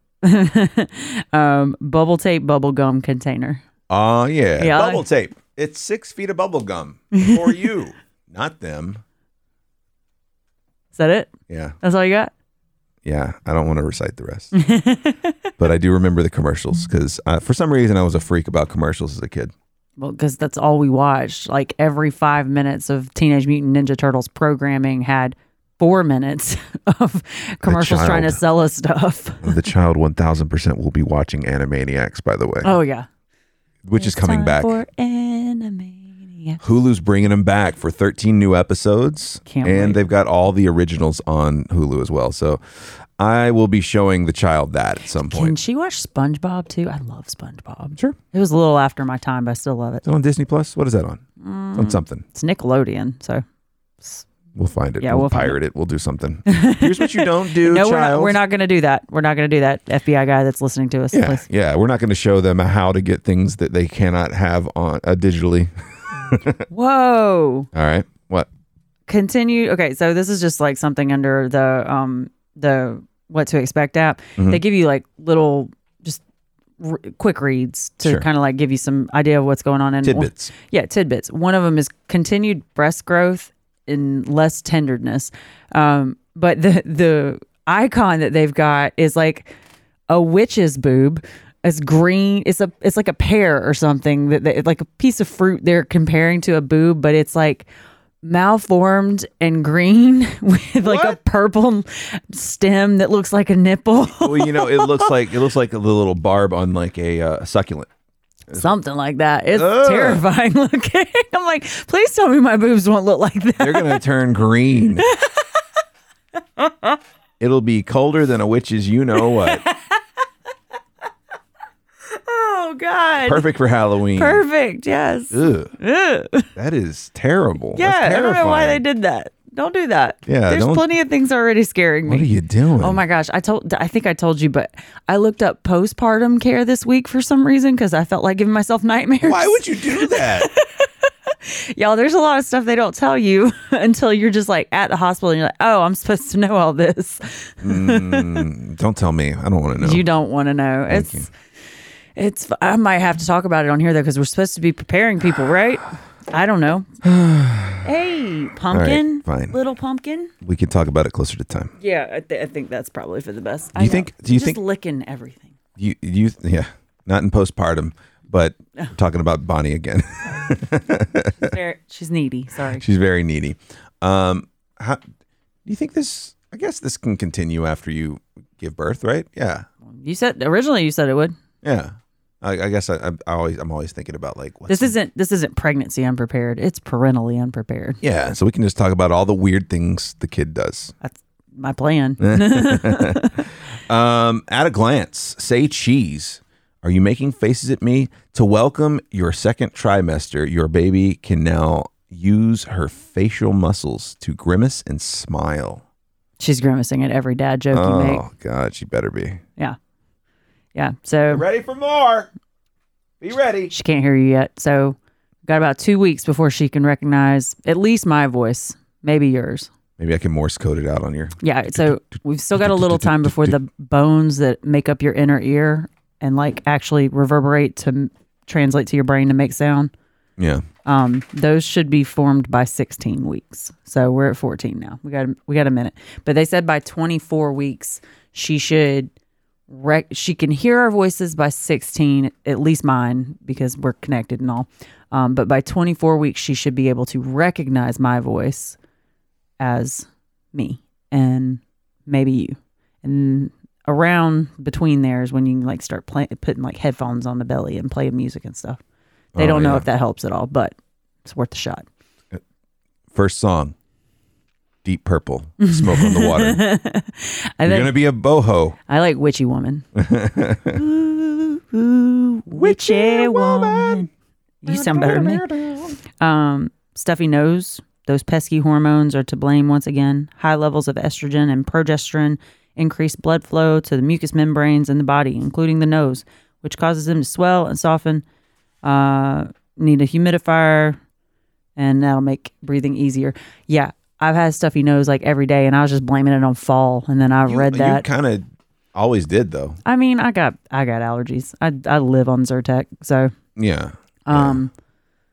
[laughs] um, bubble tape, bubble gum container. Oh yeah. Yeah, I bubble like- tape. It's six feet of bubble gum for you, [laughs] not them. Is that it? Yeah, That's all you got? yeah. I don't want to recite the rest, [laughs] but I do remember the commercials because uh, for some reason I was a freak about commercials as a kid. Well, because that's all we watched. Like every five minutes of Teenage Mutant Ninja Turtles programming had four minutes [laughs] of commercials trying to child. sell us stuff. the child one thousand percent will be watching Animaniacs, by the way, Oh yeah, which is coming Time back. for Animaniacs. Hulu's bringing them back for 13 new episodes. Can't and wait. they've got all the originals on Hulu as well. So I will be showing the child that at some Can point. she watch SpongeBob too? I love SpongeBob. Sure. It was a little after my time, but I still love it. Is it on Disney Plus? What is that on? Mm. It's on something. It's Nickelodeon, so We'll find it. Yeah, we'll, we'll find pirate it. We'll do [laughs] something. Here's what you don't do, no, child. we're not. We're not going to do that. We're not going to do that. FBI guy that's listening to us, Yeah, please. yeah. We're not going to show them how to get things that they cannot have on uh, digitally. Whoa! All right. What? Continue. Okay, so this is just like something under the um the what to expect app. Mm-hmm. They give you like little just r- quick reads to Sure. kind of like give you some idea of what's going on. And one- Tidbits. yeah, tidbits. One of them is continued breast growth and less tenderness. Um, but the the icon that they've got is like a witch's boob. It's green. It's a it's like a pear or something that they, like a piece of fruit they're comparing to a boob, but it's like malformed and green [laughs] with like a What? purple stem that looks like a nipple, [laughs] well, you know, it looks like it looks like the little barb on like a uh, succulent. something like that. It's Ugh. terrifying [laughs] looking. I'm like, please tell me my boobs won't look like that. They're [laughs] gonna turn green. It'll be colder than a witch's you know what. [laughs] Oh God. Perfect for Halloween. Perfect, Yes. Ugh, Ugh. that is terrible. Yeah. That's I don't know why they terrifying. did that. Don't do that. Yeah, There's don't- plenty of things already scaring What are me. you doing? Oh my gosh. I told I think I told you, but I looked up postpartum care this week for some reason because I felt like giving myself [laughs] nightmares. Why would you [laughs] do that? y'all there's a lot of stuff they don't tell you [laughs] until you're just like at the hospital and you're like, Oh, I'm supposed to know all this. Mm, don't tell me. I don't want to know. You don't want to know. it's you. It's. I might have to talk about it on here though, because we're supposed to be preparing [sighs] people, right? I don't know. hey, pumpkin, fine. little pumpkin. We can talk about it closer to time. Yeah, I, th- I think that's probably for the best. Do you think- do you Just think- licking [laughs] everything? You you yeah, not in postpartum, but talking about Bonnie again. [laughs] There- She's needy. Sorry. She's very needy. Um, how, do you think this? I guess this can continue after you give birth, right? Yeah, You said originally you said it would. yeah. I, I guess I, I, I always I'm always thinking about like what's This isn't this isn't pregnancy unprepared. It's parentally unprepared. yeah. So we can just talk about all the weird things the kid does. That's [laughs] my plan. [laughs] Um, at a glance, say cheese. Are you making faces at me to welcome your second trimester? Your baby can now use her facial muscles to grimace and smile. She's grimacing at every dad joke you make. Oh God, she better be Yeah, yeah. So ready for more. Be ready. she can't hear you yet. So got about two weeks before she can recognize at least my voice, maybe yours. Maybe I can Morse code it out on your. Yeah. So we've still got a little time before the bones that make up your inner ear and like actually reverberate to m- translate to your brain to make sound. Yeah. Um, those should be formed by 16 weeks. So we're at 14 now. We got a, we got a minute. But they said by 24 weeks she should rec- she can hear our voices by 16, at least mine because we're connected and all. Um, but by 24 weeks she should be able to recognize my voice as me and maybe you. And around between there is when you can like start play- putting like headphones on the belly and playing music and stuff. They Oh, don't know yeah. if that helps at all, but it's worth a shot. [laughs] First song. Deep purple. Smoke on the water. [laughs] I, You're think, gonna be a boho. I like Witchy Woman. ooh, ooh, witchy, woman. You sound better than me. Um, stuffy nose. Those pesky hormones are to blame once again. High levels of estrogen and progesterone increase blood flow to the mucous membranes in the body, including the nose, which causes them to swell and soften. Uh, need a humidifier, and that'll make breathing easier. Yeah, I've had stuffy nose like every day, and I was just blaming it on fall. And then I You- read that. You kind of always did though. I mean, I got I got allergies. I I live on Zyrtec, so Yeah. um,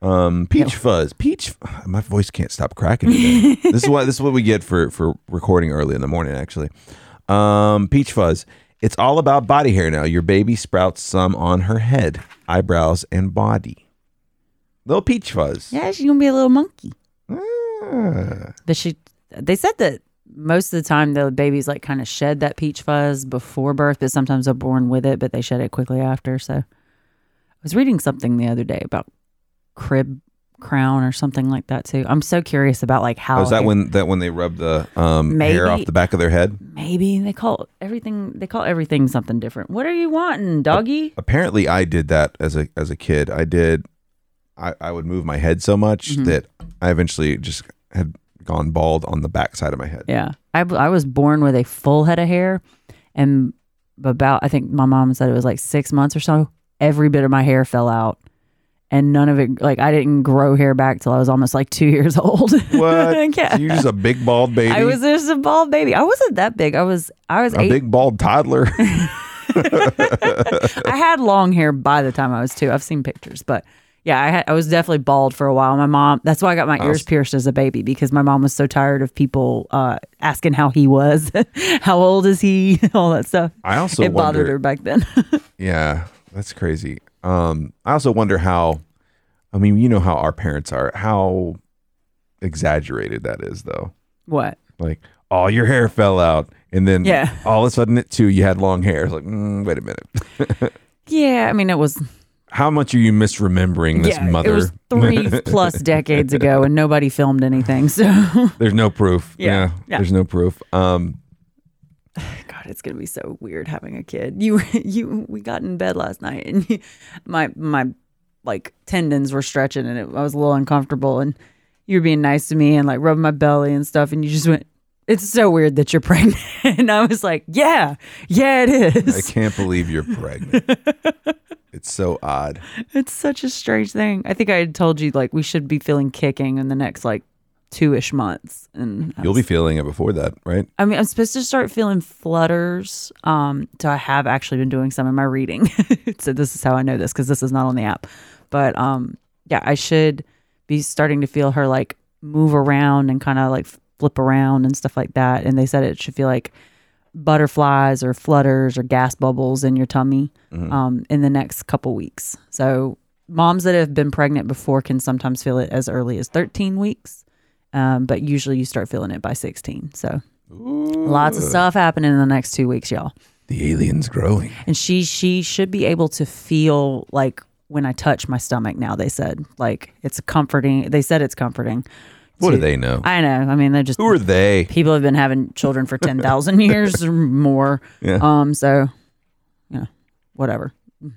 Um, peach fuzz. Peach. [sighs] My voice can't stop cracking. [laughs] today. this is what this is what we get for for recording early in the morning. Actually, um, peach fuzz. It's all about body hair now. Your baby sprouts some on her head, eyebrows, and body. Little peach fuzz. yeah, she's gonna be a little monkey. Ah. But she, they said that most of the time the babies like kind of shed that peach fuzz before birth, but sometimes they're born with it, but they shed it quickly after. So I was reading something the other day about crib crown or something like that too. I'm so curious about like how Oh, is that hair- when that when they rub the um, hair Maybe. off the back of their head? maybe they call everything they call everything something different. What are you wanting, doggy? Apparently, I did that as a as a kid. I did. I, I would move my head so much Mm-hmm. that I eventually just had gone bald on the back side of my head. Yeah. I, I was born with a full head of hair and about, I think my mom said it was like six months or so. Every bit of my hair fell out and none of it, like I didn't grow hair back till I was almost like two [laughs] years old. [laughs] What? Yeah. You're just a big bald baby. I was just a bald baby. I wasn't that big. I was, I was a eight. big bald [laughs] toddler. I had long hair by the time I was two. I've seen pictures, but yeah, I had, I was definitely bald for a while. My mom, that's why I got my ears pierced as a baby because my mom was so tired of people uh, asking how he was, [laughs] how old is he, [laughs] all that stuff. I also it bothered wonder. her back then. [laughs] Yeah, that's crazy. Um, I also wonder how. I mean, you know how our parents are. How exaggerated that is, though. what? Like, all your hair fell out, and then Yeah. all of a sudden, it too, you had long hair. It's like, mm, wait a minute. Yeah, I mean it was How much are you misremembering this yeah, mother? [laughs] it was three plus decades ago, and nobody filmed anything. [laughs] So, There's no proof. Yeah, yeah. There's no proof. Um, God, it's gonna be so weird having a kid. [laughs] You, you, we got in bed last night, and [laughs] you, my my like tendons were stretching, and it, I was a little uncomfortable. And you were being nice to me, and like rubbing my belly and stuff, and you just went. It's so weird that you're [laughs] pregnant. And I was like, yeah, yeah, it is. I [laughs] can't believe you're pregnant. it's so odd. It's such a strange thing. I think I had told you like we should be feeling kicking in the next like two ish months, and I You'll be was- feeling it before that, right? I mean, I'm supposed to start feeling flutters. Um, so I have actually been doing some in my reading. [laughs] so this is how I know this because this is not on the app. But um, yeah, I should be starting to feel her like move around and kind of like flip around and stuff like that. And they said it should feel like butterflies or flutters or gas bubbles in your tummy Mhm. um, in the next couple weeks. So moms that have been pregnant before can sometimes feel it as early as 13 weeks. Um, but usually you start feeling it by 16. So Lots of Ooh. stuff happening in the next two weeks, y'all. The alien's growing. And she she should be able to feel like when I touch my stomach now, they said. Like it's comforting. They said it's comforting. What do to- they know? I know. I mean, they're just Who are they? [laughs] people have been having children for ten thousand years or more. Yeah. Um, so you know, whatever. I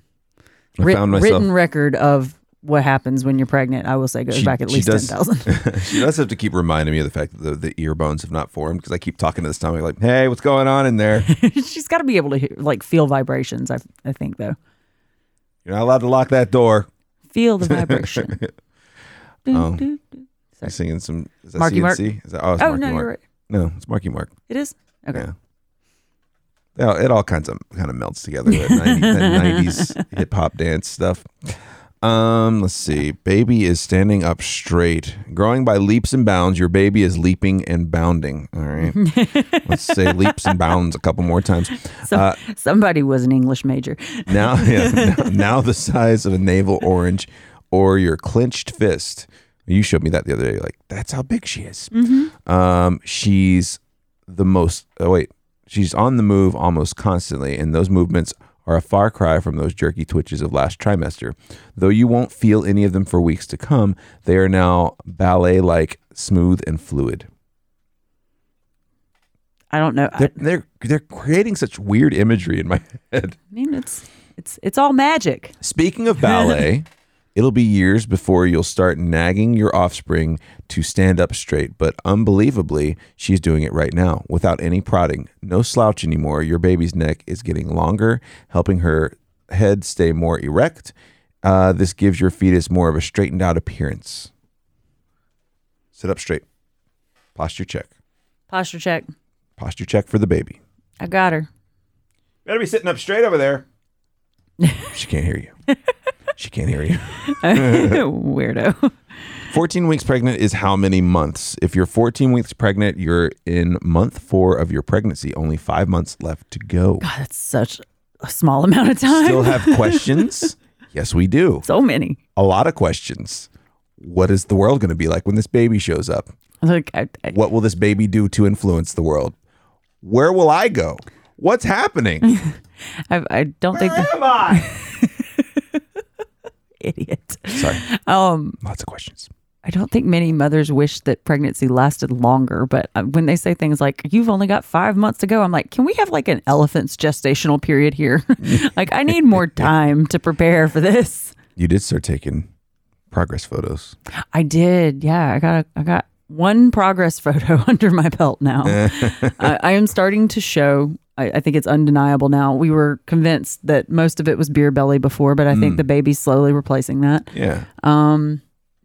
Writ- found myself. Written record of what happens when you're pregnant, I will say goes She- back at she least ten does- thousand. [laughs] she does have to keep reminding me of the fact that the, the ear bones have not formed because I keep talking to the stomach like, "Hey, what's going on in [laughs] there? She's got to be able to hear, like feel vibrations. I I think though, You're not allowed to lock that door." feel the [laughs] vibration. Doo, Oh. doo, doo. I'm singing some. Is that Marky Mark? CNC? Is that, oh, it's Oh Marky no, Mark. you're right. No, it's Marky Mark. It is okay. Yeah. Yeah, it all kinds of kind of melts together. That 90, that 90s hip hop dance stuff. Um, let's see. Baby is standing up straight, growing by leaps and bounds. Your baby is leaping and bounding. All right. let's say leaps and bounds a couple more times. So, Uh, somebody was an English major. Now, yeah, now, now the size of a navel orange or your clenched fist. You showed me that the other day. Like that's how big she is. Um, she's the most. Oh wait, she's on the move almost constantly, and those movements are a far cry from those jerky twitches of last trimester. Though you won't feel any of them for weeks to come, they are now ballet-like, smooth and fluid. I don't know. I, They're they're, they're creating such weird imagery in my [laughs] head. I mean, it's it's it's all magic. Speaking of ballet, it'll be years before you'll start nagging your offspring to stand up straight, but unbelievably, she's doing it right now without any prodding. No slouch anymore. Your baby's neck is getting longer, helping her head stay more erect. Uh, this gives your fetus more of a straightened out appearance. Sit up straight. Posture check. Posture check. Posture check for the baby. I [laughs] got her. Better be sitting up straight over there. she can't hear you. She can't hear you. Weirdo. 14 weeks pregnant is how many months? If you're 14 weeks pregnant, you're in month four of your pregnancy. Only five months left to go. God, that's such a small amount of time. Still have questions? yes, we do. so many. A lot of questions. What is the world going to be like when this baby shows up? Like I, I, What will this baby do to influence the world? Where will I go? What's happening? I, I don't think the Where am I? idiot. Sorry, Um, lots of questions. I don't think many mothers wish that pregnancy lasted longer. But uh, when they say things like "you've only got five months to go," I'm like, can we have like an elephant's gestational period here? [laughs] like I [laughs] need more time to prepare for this. You did start taking progress photos. I did. Yeah, I got a, I got one progress [laughs] photo under my belt now. I, I am starting to show. I, I think it's undeniable now. We were convinced that most of it was beer belly before, but I think the baby's slowly replacing that. Yeah. Um,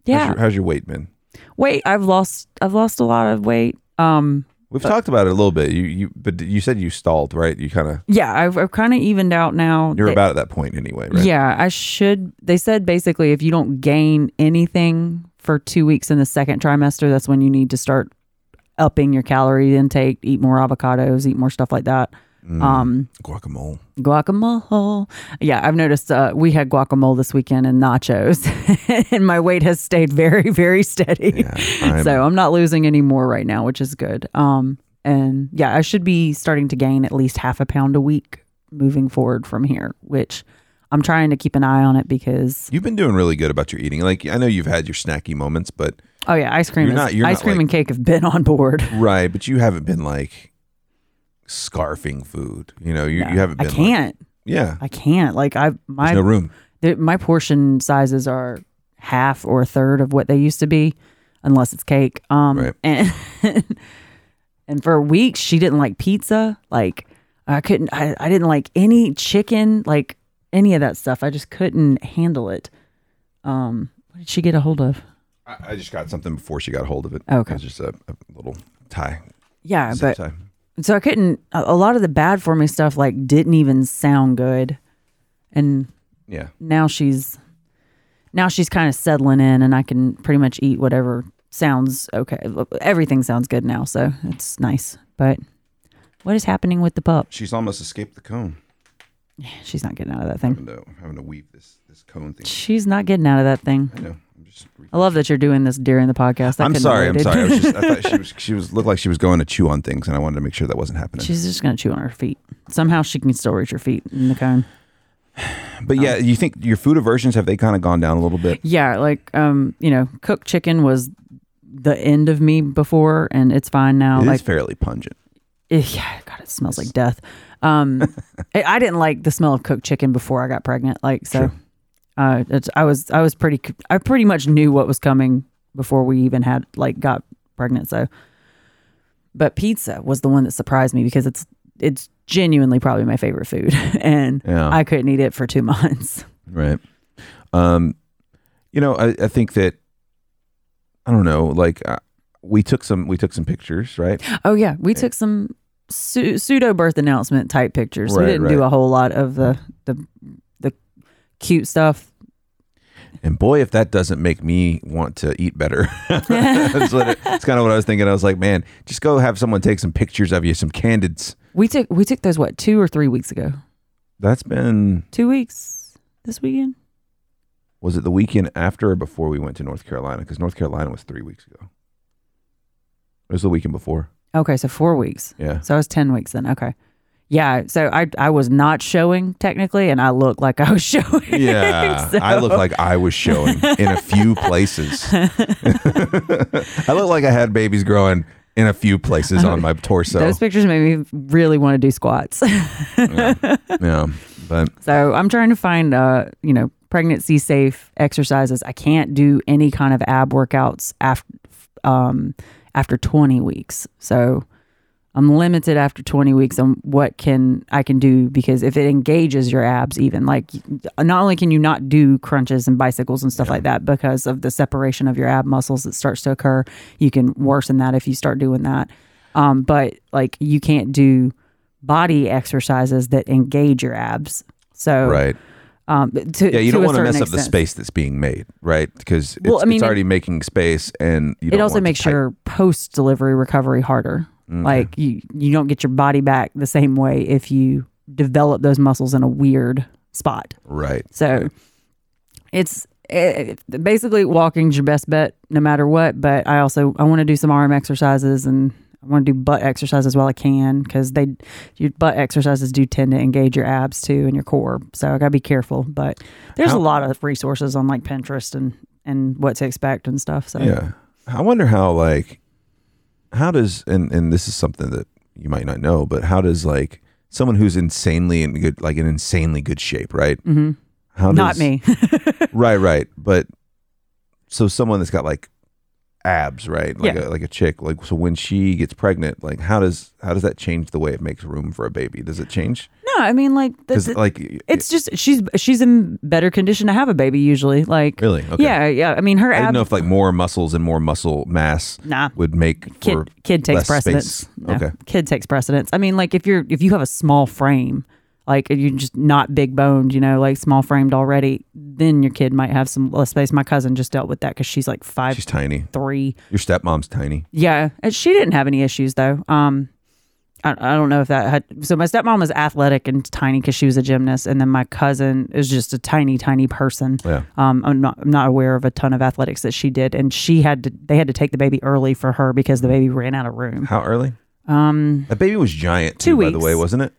How's yeah. your, how's your weight been? Wait, I've lost. I've lost a lot of weight. Um, We've talked about it a little bit. You you but you said you stalled, right? You kind of yeah, I've, I've kind of evened out now. you're They- about at that point anyway, right? Yeah, I should. They said basically if you don't gain anything for two weeks in the second trimester, that's when you need to start upping your calorie intake, eat more avocados, eat more stuff like that. Um, Guacamole. guacamole. Yeah, I've noticed uh, we had guacamole this weekend and nachos, [laughs] and my weight has stayed very, very steady. Yeah. I'm, So I'm not losing any more right now, which is good. Um, and yeah, I should be starting to gain at least half a pound a week moving forward from here, which I'm trying to keep an eye on it because you've been doing really good about your eating. Like I know you've had your snacky moments, but oh yeah, ice cream You're is, not- you're ice not, cream like- and cake have been on board. right, but you haven't been like scarfing food. You know, you, you haven't I been like- can't. yeah. I can't. Like I my There's no room. the, my portion sizes are half or a third of what they used to be, unless it's cake. Um, Right. [laughs] and and for weeks she didn't like pizza. Like I couldn't. I, I didn't like any chicken. Like any of that stuff. I just couldn't handle it. Um, what did she get a hold of? I, I just got something before she got hold of it. Okay. It's just a, a little tie, Yeah, zip but tie. so I couldn't. A, a lot of the bad for me stuff like didn't even sound good, and Yeah. now she's now she's kind of settling in, and I can pretty much eat whatever sounds okay. Everything sounds good now, so it's nice. But what is happening with the pup? She's almost escaped the cone. She's not getting out of that thing. Having to, having to weave this this cone thing. She's not getting out of that thing. I know. I'm just. re- I love that you're doing this during the podcast. I I'm couldn't have sorry. I'm waited. sorry. I, was just, I thought she was. She was looked like she was going to chew on things, and I wanted to make sure that wasn't happening. [laughs] She's just gonna chew on her feet. Somehow she can still reach her feet in the cone. But yeah, you think your food aversions have they kind of gone down a little bit? Yeah, like um, you know, cooked chicken was the end of me before, and it's fine now. It is like, fairly pungent. eh, yeah, God, it smells like death. [laughs] Um, I I didn't like the smell of cooked chicken before I got pregnant. Like, so Sure. uh, it's, I was, I was pretty, c- I pretty much knew what was coming before we even had like got pregnant. So, but pizza was the one that surprised me because it's, it's genuinely probably my favorite food, [laughs] and Yeah. I couldn't eat it for two [laughs] months. Right. Um, you know, I, I think that I don't know. Like uh, we took some we took some pictures, [gasps] right? Oh yeah, we took some su- pseudo birth announcement type pictures. Right, we didn't do right. a whole lot of the the the cute stuff. [laughs] And boy, if that doesn't make me want to eat better. [laughs] That's what it- it's kind of what I was thinking. I was like, man, just go have someone take some pictures of you, some candids. We took we took those what two or three weeks ago. That's been Two weeks this weekend. was it the weekend after or before we went to North Carolina? Because North Carolina was three weeks ago. It was the weekend before. Okay, so four weeks. Yeah. So I was ten weeks then. Okay. Yeah, so I I was not showing technically, and I looked like [laughs] I was [laughs] showing. Yeah, So- I [laughs] look like I was showing in a few places. [laughs] I look like I had babies growing in a few places on my torso. those pictures made me really want to do squats. [laughs] yeah, but So I'm trying to find, uh, you know, pregnancy safe exercises. I can't do any kind of ab workouts after, um, after 20 weeks. So I'm limited after 20 weeks on what can I can do because if it engages your abs, even like not only can you not do crunches and bicycles and stuff like that because of the separation of your ab muscles that starts to occur, you can worsen that if you start doing that. Um, but like you can't do body exercises that engage your abs. So right, um, to, yeah, you Oh, to don't a want to certain mess up the extent. space that's being made, right? Because it's, Well, I mean, it's it- already making space, and you don't It also want makes to tight- Mm-hmm. your post delivery recovery harder. Like you, you don't get your body back the same way if you develop those muscles in a weird spot. right. So it's it, it- basically walking's your best bet no matter what. But I also I want to do some arm exercises and I want to do butt exercises while I can because they your butt exercises do tend to engage your abs too and your core. So I gotta be careful. But there's How- a lot of resources on like Pinterest and and what to expect and stuff. So Yeah, I wonder how like how does and and this is something that you might not know, but how does like someone who's insanely in good like in insanely good shape, right? Mm-hmm. How not does- me. Right, right. But so someone that's got like abs, right? Like Yeah. a like a chick. Like so when she gets pregnant, like how does how does that change the way it makes room for a baby? Does it change? no, I mean like the, Cuz the- like it's just she's she's in better condition to have a baby usually. Like Really? Okay. yeah, yeah. I mean her I abs. didn't know if like more muscles and more muscle mass Nah. would make for kid kid takes less precedence. space. No, Okay. Kid takes precedence. I mean, like if you're if you have a small frame, like and you're just not big boned, you know, like small framed already, then your kid might have some less space. My cousin just dealt with that because she's like five She's tiny. three. Your stepmom's tiny. Yeah, and she didn't have any issues though. Um, I, I don't know if that had. So my stepmom was athletic and tiny because she was a gymnast, and then my cousin is just a tiny, tiny person. Yeah. Um, I'm not I'm not aware of a ton of athletics that she did, and she had to. They had to take the baby early for her because the baby ran out of room. How early? Um, That baby was giant Two too, by the weeks. way, wasn't it?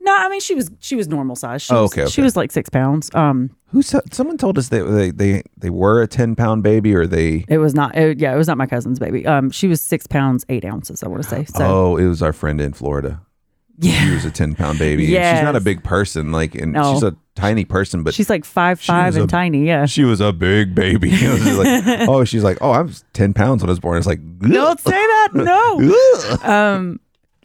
no, I mean she was she was normal size. She Oh, was, okay, okay. She was like six pounds. Um, Who said someone told us that they they they were a 10 pound baby or they it was not. It, yeah, it was not my cousin's baby. Um, she was six pounds eight ounces. I want to say. So Oh, it was our friend in Florida. yeah, [laughs] she was a 10 pound baby. And She's not a Yes. big person. Like, and No. she's a tiny person, but she's like five five was and a- [laughs] tiny. Yeah. she was a big baby. [laughs] It was just [laughs] like, oh, she's like, oh, I was 10 pounds when I was born. It's like, Don't say that. No. ugh. Um,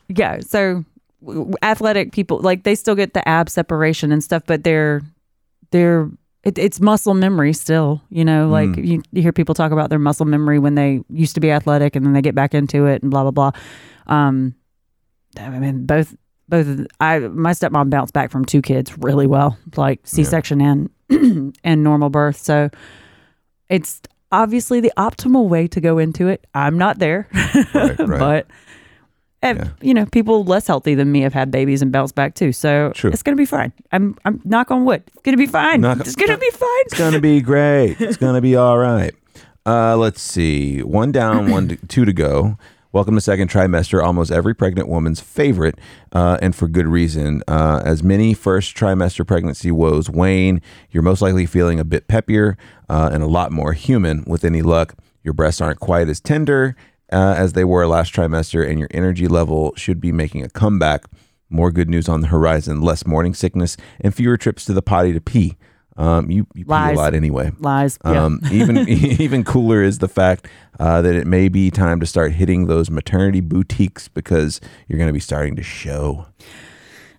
yeah. So w- w- athletic people like they still get the ab separation and stuff, but they're they're. it- it, it's muscle memory still you know like you, you hear people talk about their muscle memory when they used to be athletic and then they get back into it and blah blah blah um i mean both both of- i my stepmom bounced back from two kids really well like c-section and [clears throat] and normal birth so it's obviously the optimal way to go into it i'm not there [laughs] [laughs] Right, right. but and, Yeah. you know people less healthy than me have had babies and bounced back too so True. it's gonna be fine i'm i'm knock on wood it's gonna be fine Knock- it's gonna be fine [laughs] It's gonna be great. It's gonna be all right. Uh, let's see. One down, one to, two to go. Welcome to second trimester. Almost every pregnant woman's favorite, uh, and for good reason. Uh, as many first trimester pregnancy woes wane, you're most likely feeling a bit peppier uh, and a lot more human. With any luck, your breasts aren't quite as tender uh, as they were last trimester, and your energy level should be making a comeback. More good news on the horizon: less morning sickness and fewer trips to the potty to pee. Um, you you pee a Lies. lot anyway. lies yeah. Um, even [laughs] [laughs] even cooler is the fact uh, that it may be time to start hitting those maternity boutiques because you're going to be starting to show,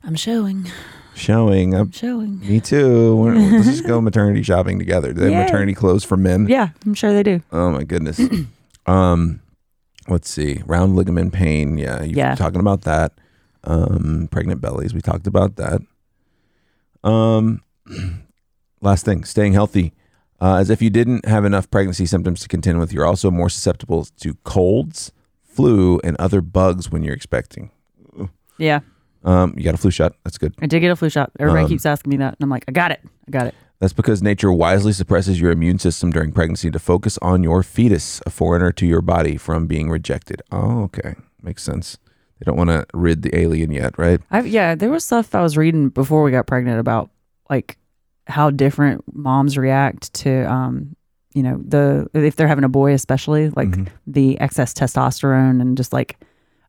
i'm showing showing. up. showing me too. We're- Let's just [laughs] go maternity shopping together. Do they have Yay. maternity clothes for men? yeah i'm sure they do Oh my goodness. [clears throat] um, let's see. Round ligament pain. Yeah, you've Yeah. been talking about that. Um, pregnant bellies. We talked about that. Um, [clears throat] last thing, staying healthy. Uh, as if you didn't have enough pregnancy symptoms to contend with, you're also more susceptible to colds, flu, and other bugs when you're expecting. yeah Um, you got a flu shot. That's good. i did get a flu shot everybody Um, keeps asking me that and i'm like i got it i got it That's because nature wisely suppresses your immune system during pregnancy to focus on your fetus, a foreigner to your body, from being rejected. Oh, okay. Makes sense. They don't want to rid the alien yet, right? I, yeah there was stuff i was reading before we got pregnant about like how different moms react to um you know the if they're having a boy especially like Mm-hmm. the excess testosterone and just like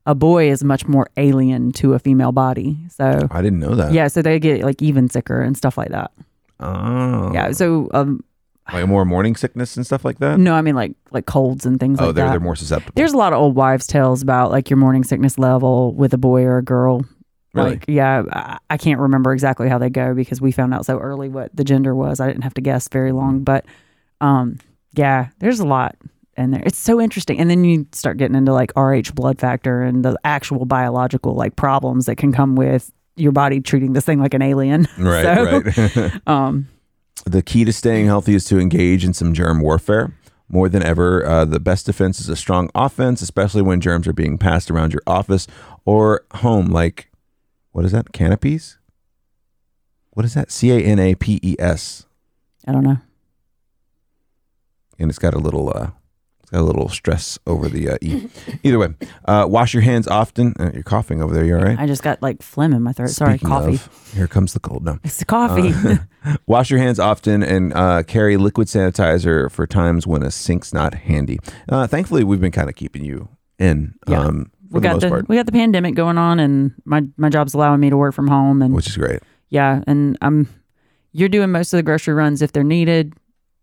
a boy is much more alien to a female body so I didn't know that. yeah so they get like even sicker and stuff like that Oh. yeah so um Like more morning sickness and stuff like that? no i mean like like colds and things oh, like they're, that they're more susceptible. there's a lot of old wives tales about like your morning sickness level with a boy or a girl Really? like yeah I, I can't remember exactly how they go because we found out so early what the gender was i didn't have to guess very long Mm. but um yeah there's a lot in there it's so interesting and then you start getting into like rh blood factor and the actual biological like problems that can come with your body treating this thing like an alien [laughs] right, So, [laughs] right. um the key to staying healthy is to engage in some germ warfare. More than ever, uh, the best defense is a strong offense, especially when germs are being passed around your office or home. Like, what is that? Canopies? What is that? C A N A P E S. i don't know And it's got a little. Uh, it's got a little stress over the uh, [laughs] E. Either way, uh, wash your hands often. Uh, you're coughing over there. You all right? i just got like phlegm in my throat sorry Speaking coffee Of, uh, here comes the cold. No. it's the coffee [laughs] Wash your hands often and uh, carry liquid sanitizer for times when a sink's not handy. Uh, thankfully, we've been kind of keeping you in Yeah. um, for we the got most the part, we got the pandemic going on, and my my job's allowing me to work from home, and which is great. yeah, and I'm you're doing most of the grocery runs if they're needed.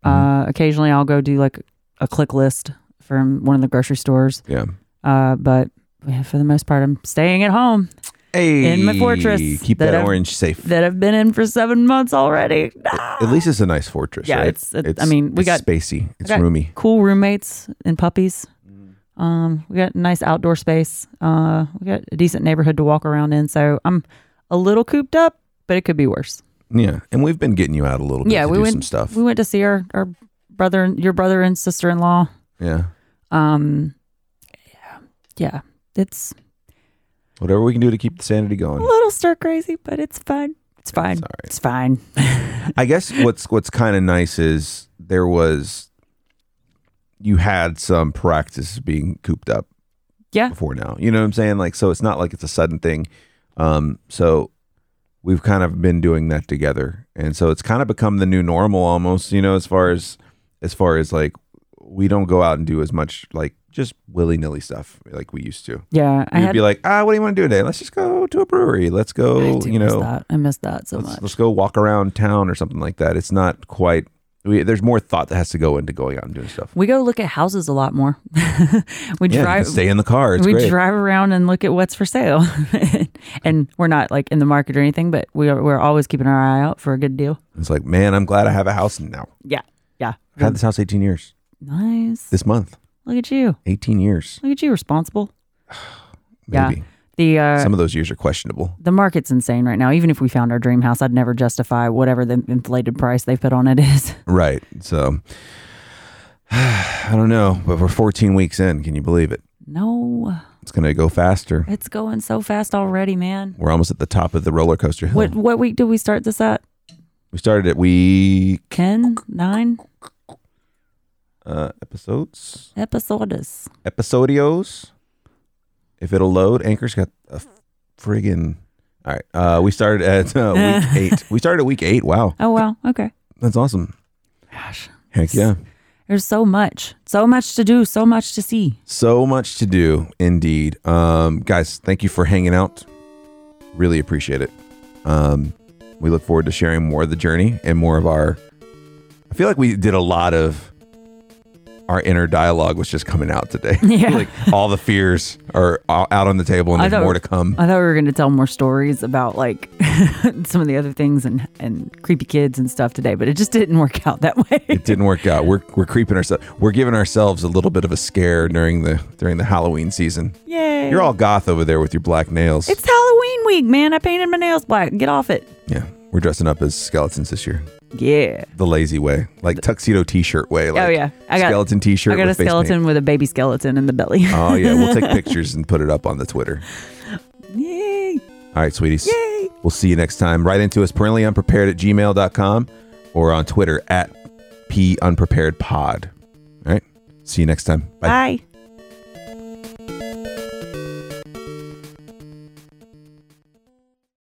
Uh, occasionally, I'll go do like a click list from one of the grocery stores, Yeah. uh, but yeah, for the most part, I'm staying at home Hey, In my fortress Keep that that, I've- orange safe. that I've been in for seven months already. [laughs] Ah! At least it's a nice fortress. Yeah, right? it's- it- I mean, we it's got- spacey. It's got- roomy. Cool roommates and puppies. Um, we got nice outdoor space. Uh, we got a decent neighborhood to walk around in, so I'm a little cooped up, but it could be worse. Yeah, and we've been getting you out a little bit. yeah, to we do went some stuff. We went to see our, our brother, and your brother and sister in law. yeah, Um, yeah, yeah, it's whatever we can do to keep the sanity going. a little stir crazy, but it's fine. It's fine. all right. It's fine. I guess what's what's kind of nice is there was you had some practice being cooped up. Yeah. Before now, you know what I'm saying? Like, so it's not like it's a sudden thing. Um, so we've kind of been doing that together, and so it's kind of become the new normal almost. You know, as far as as far as like we don't go out and do as much like just willy nilly stuff like we used to. Yeah, I We'd had. be like, ah, what do you want to do today? Let's just go to a brewery. Let's go. I do you miss know, that. I miss that so let's, much. let's go walk around town or something like that. It's not quite we, there's more thought that has to go into going out and doing stuff. We go look at houses a lot more. [laughs] Yeah, you we drive. can stay in the car. It's we great. drive around and look at what's for sale, [laughs] and we're not like in the market or anything, but we are, we're always keeping our eye out for a good deal. it's like, man, I'm glad I have a house now. Yeah, yeah, I've had this house 18 years. nice. This month, Look at you, 18 years. look at you, responsible. Yeah. Maybe The uh, some of those years are questionable. the market's insane right now. Even if we found our dream house, I'd never justify whatever the inflated price they put on it is. [laughs] Right. So [sighs] I don't know, but we're 14 weeks in. Can you believe it? No, It's going to go faster. it's going so fast already, man. We're almost at the top of the roller coaster hill. What what week did we start this at? We started at week 10, 9 uh, episodes, episodes. episodios. If it'll load, Anchor's got a friggin'. All right. Uh, we started at uh, week [laughs] eight. We started at week eight. Wow. Oh wow, okay. That's awesome. Gosh, Heck yeah. there's so much, so much to do, so much to see. So much to do, indeed. Um, guys, thank you for hanging out. Really appreciate it. Um, we look forward to sharing more of the journey and more of our. I feel like we did a lot of our inner dialogue was just coming out today. [laughs] Yeah. like all the fears are o- out on the table, and I there's thought- more to come. I thought we were going to tell more stories about like [laughs] some of the other things and and creepy kids and stuff today, but it just didn't work [laughs] out that way. it didn't work out. We're we're creeping ourselves. We're giving ourselves a little bit of a scare during the during the Halloween season. Yay! You're all goth over there with your black nails. It's Halloween week, man. I painted my nails black. Get off it. yeah, we're dressing up as skeletons this year. Yeah. the lazy way, like tuxedo t-shirt way. Like oh yeah, I got skeleton t-shirt. I got with a face paint. skeleton with a baby skeleton in the belly. Oh yeah, we'll take pictures and put it up on the Twitter. [laughs] Yay! All right, sweeties. Yay! We'll see you next time. Write into us parentally unprepared at gmail.com or on Twitter at p unprepared pod. All right. See you next time. Bye. Bye.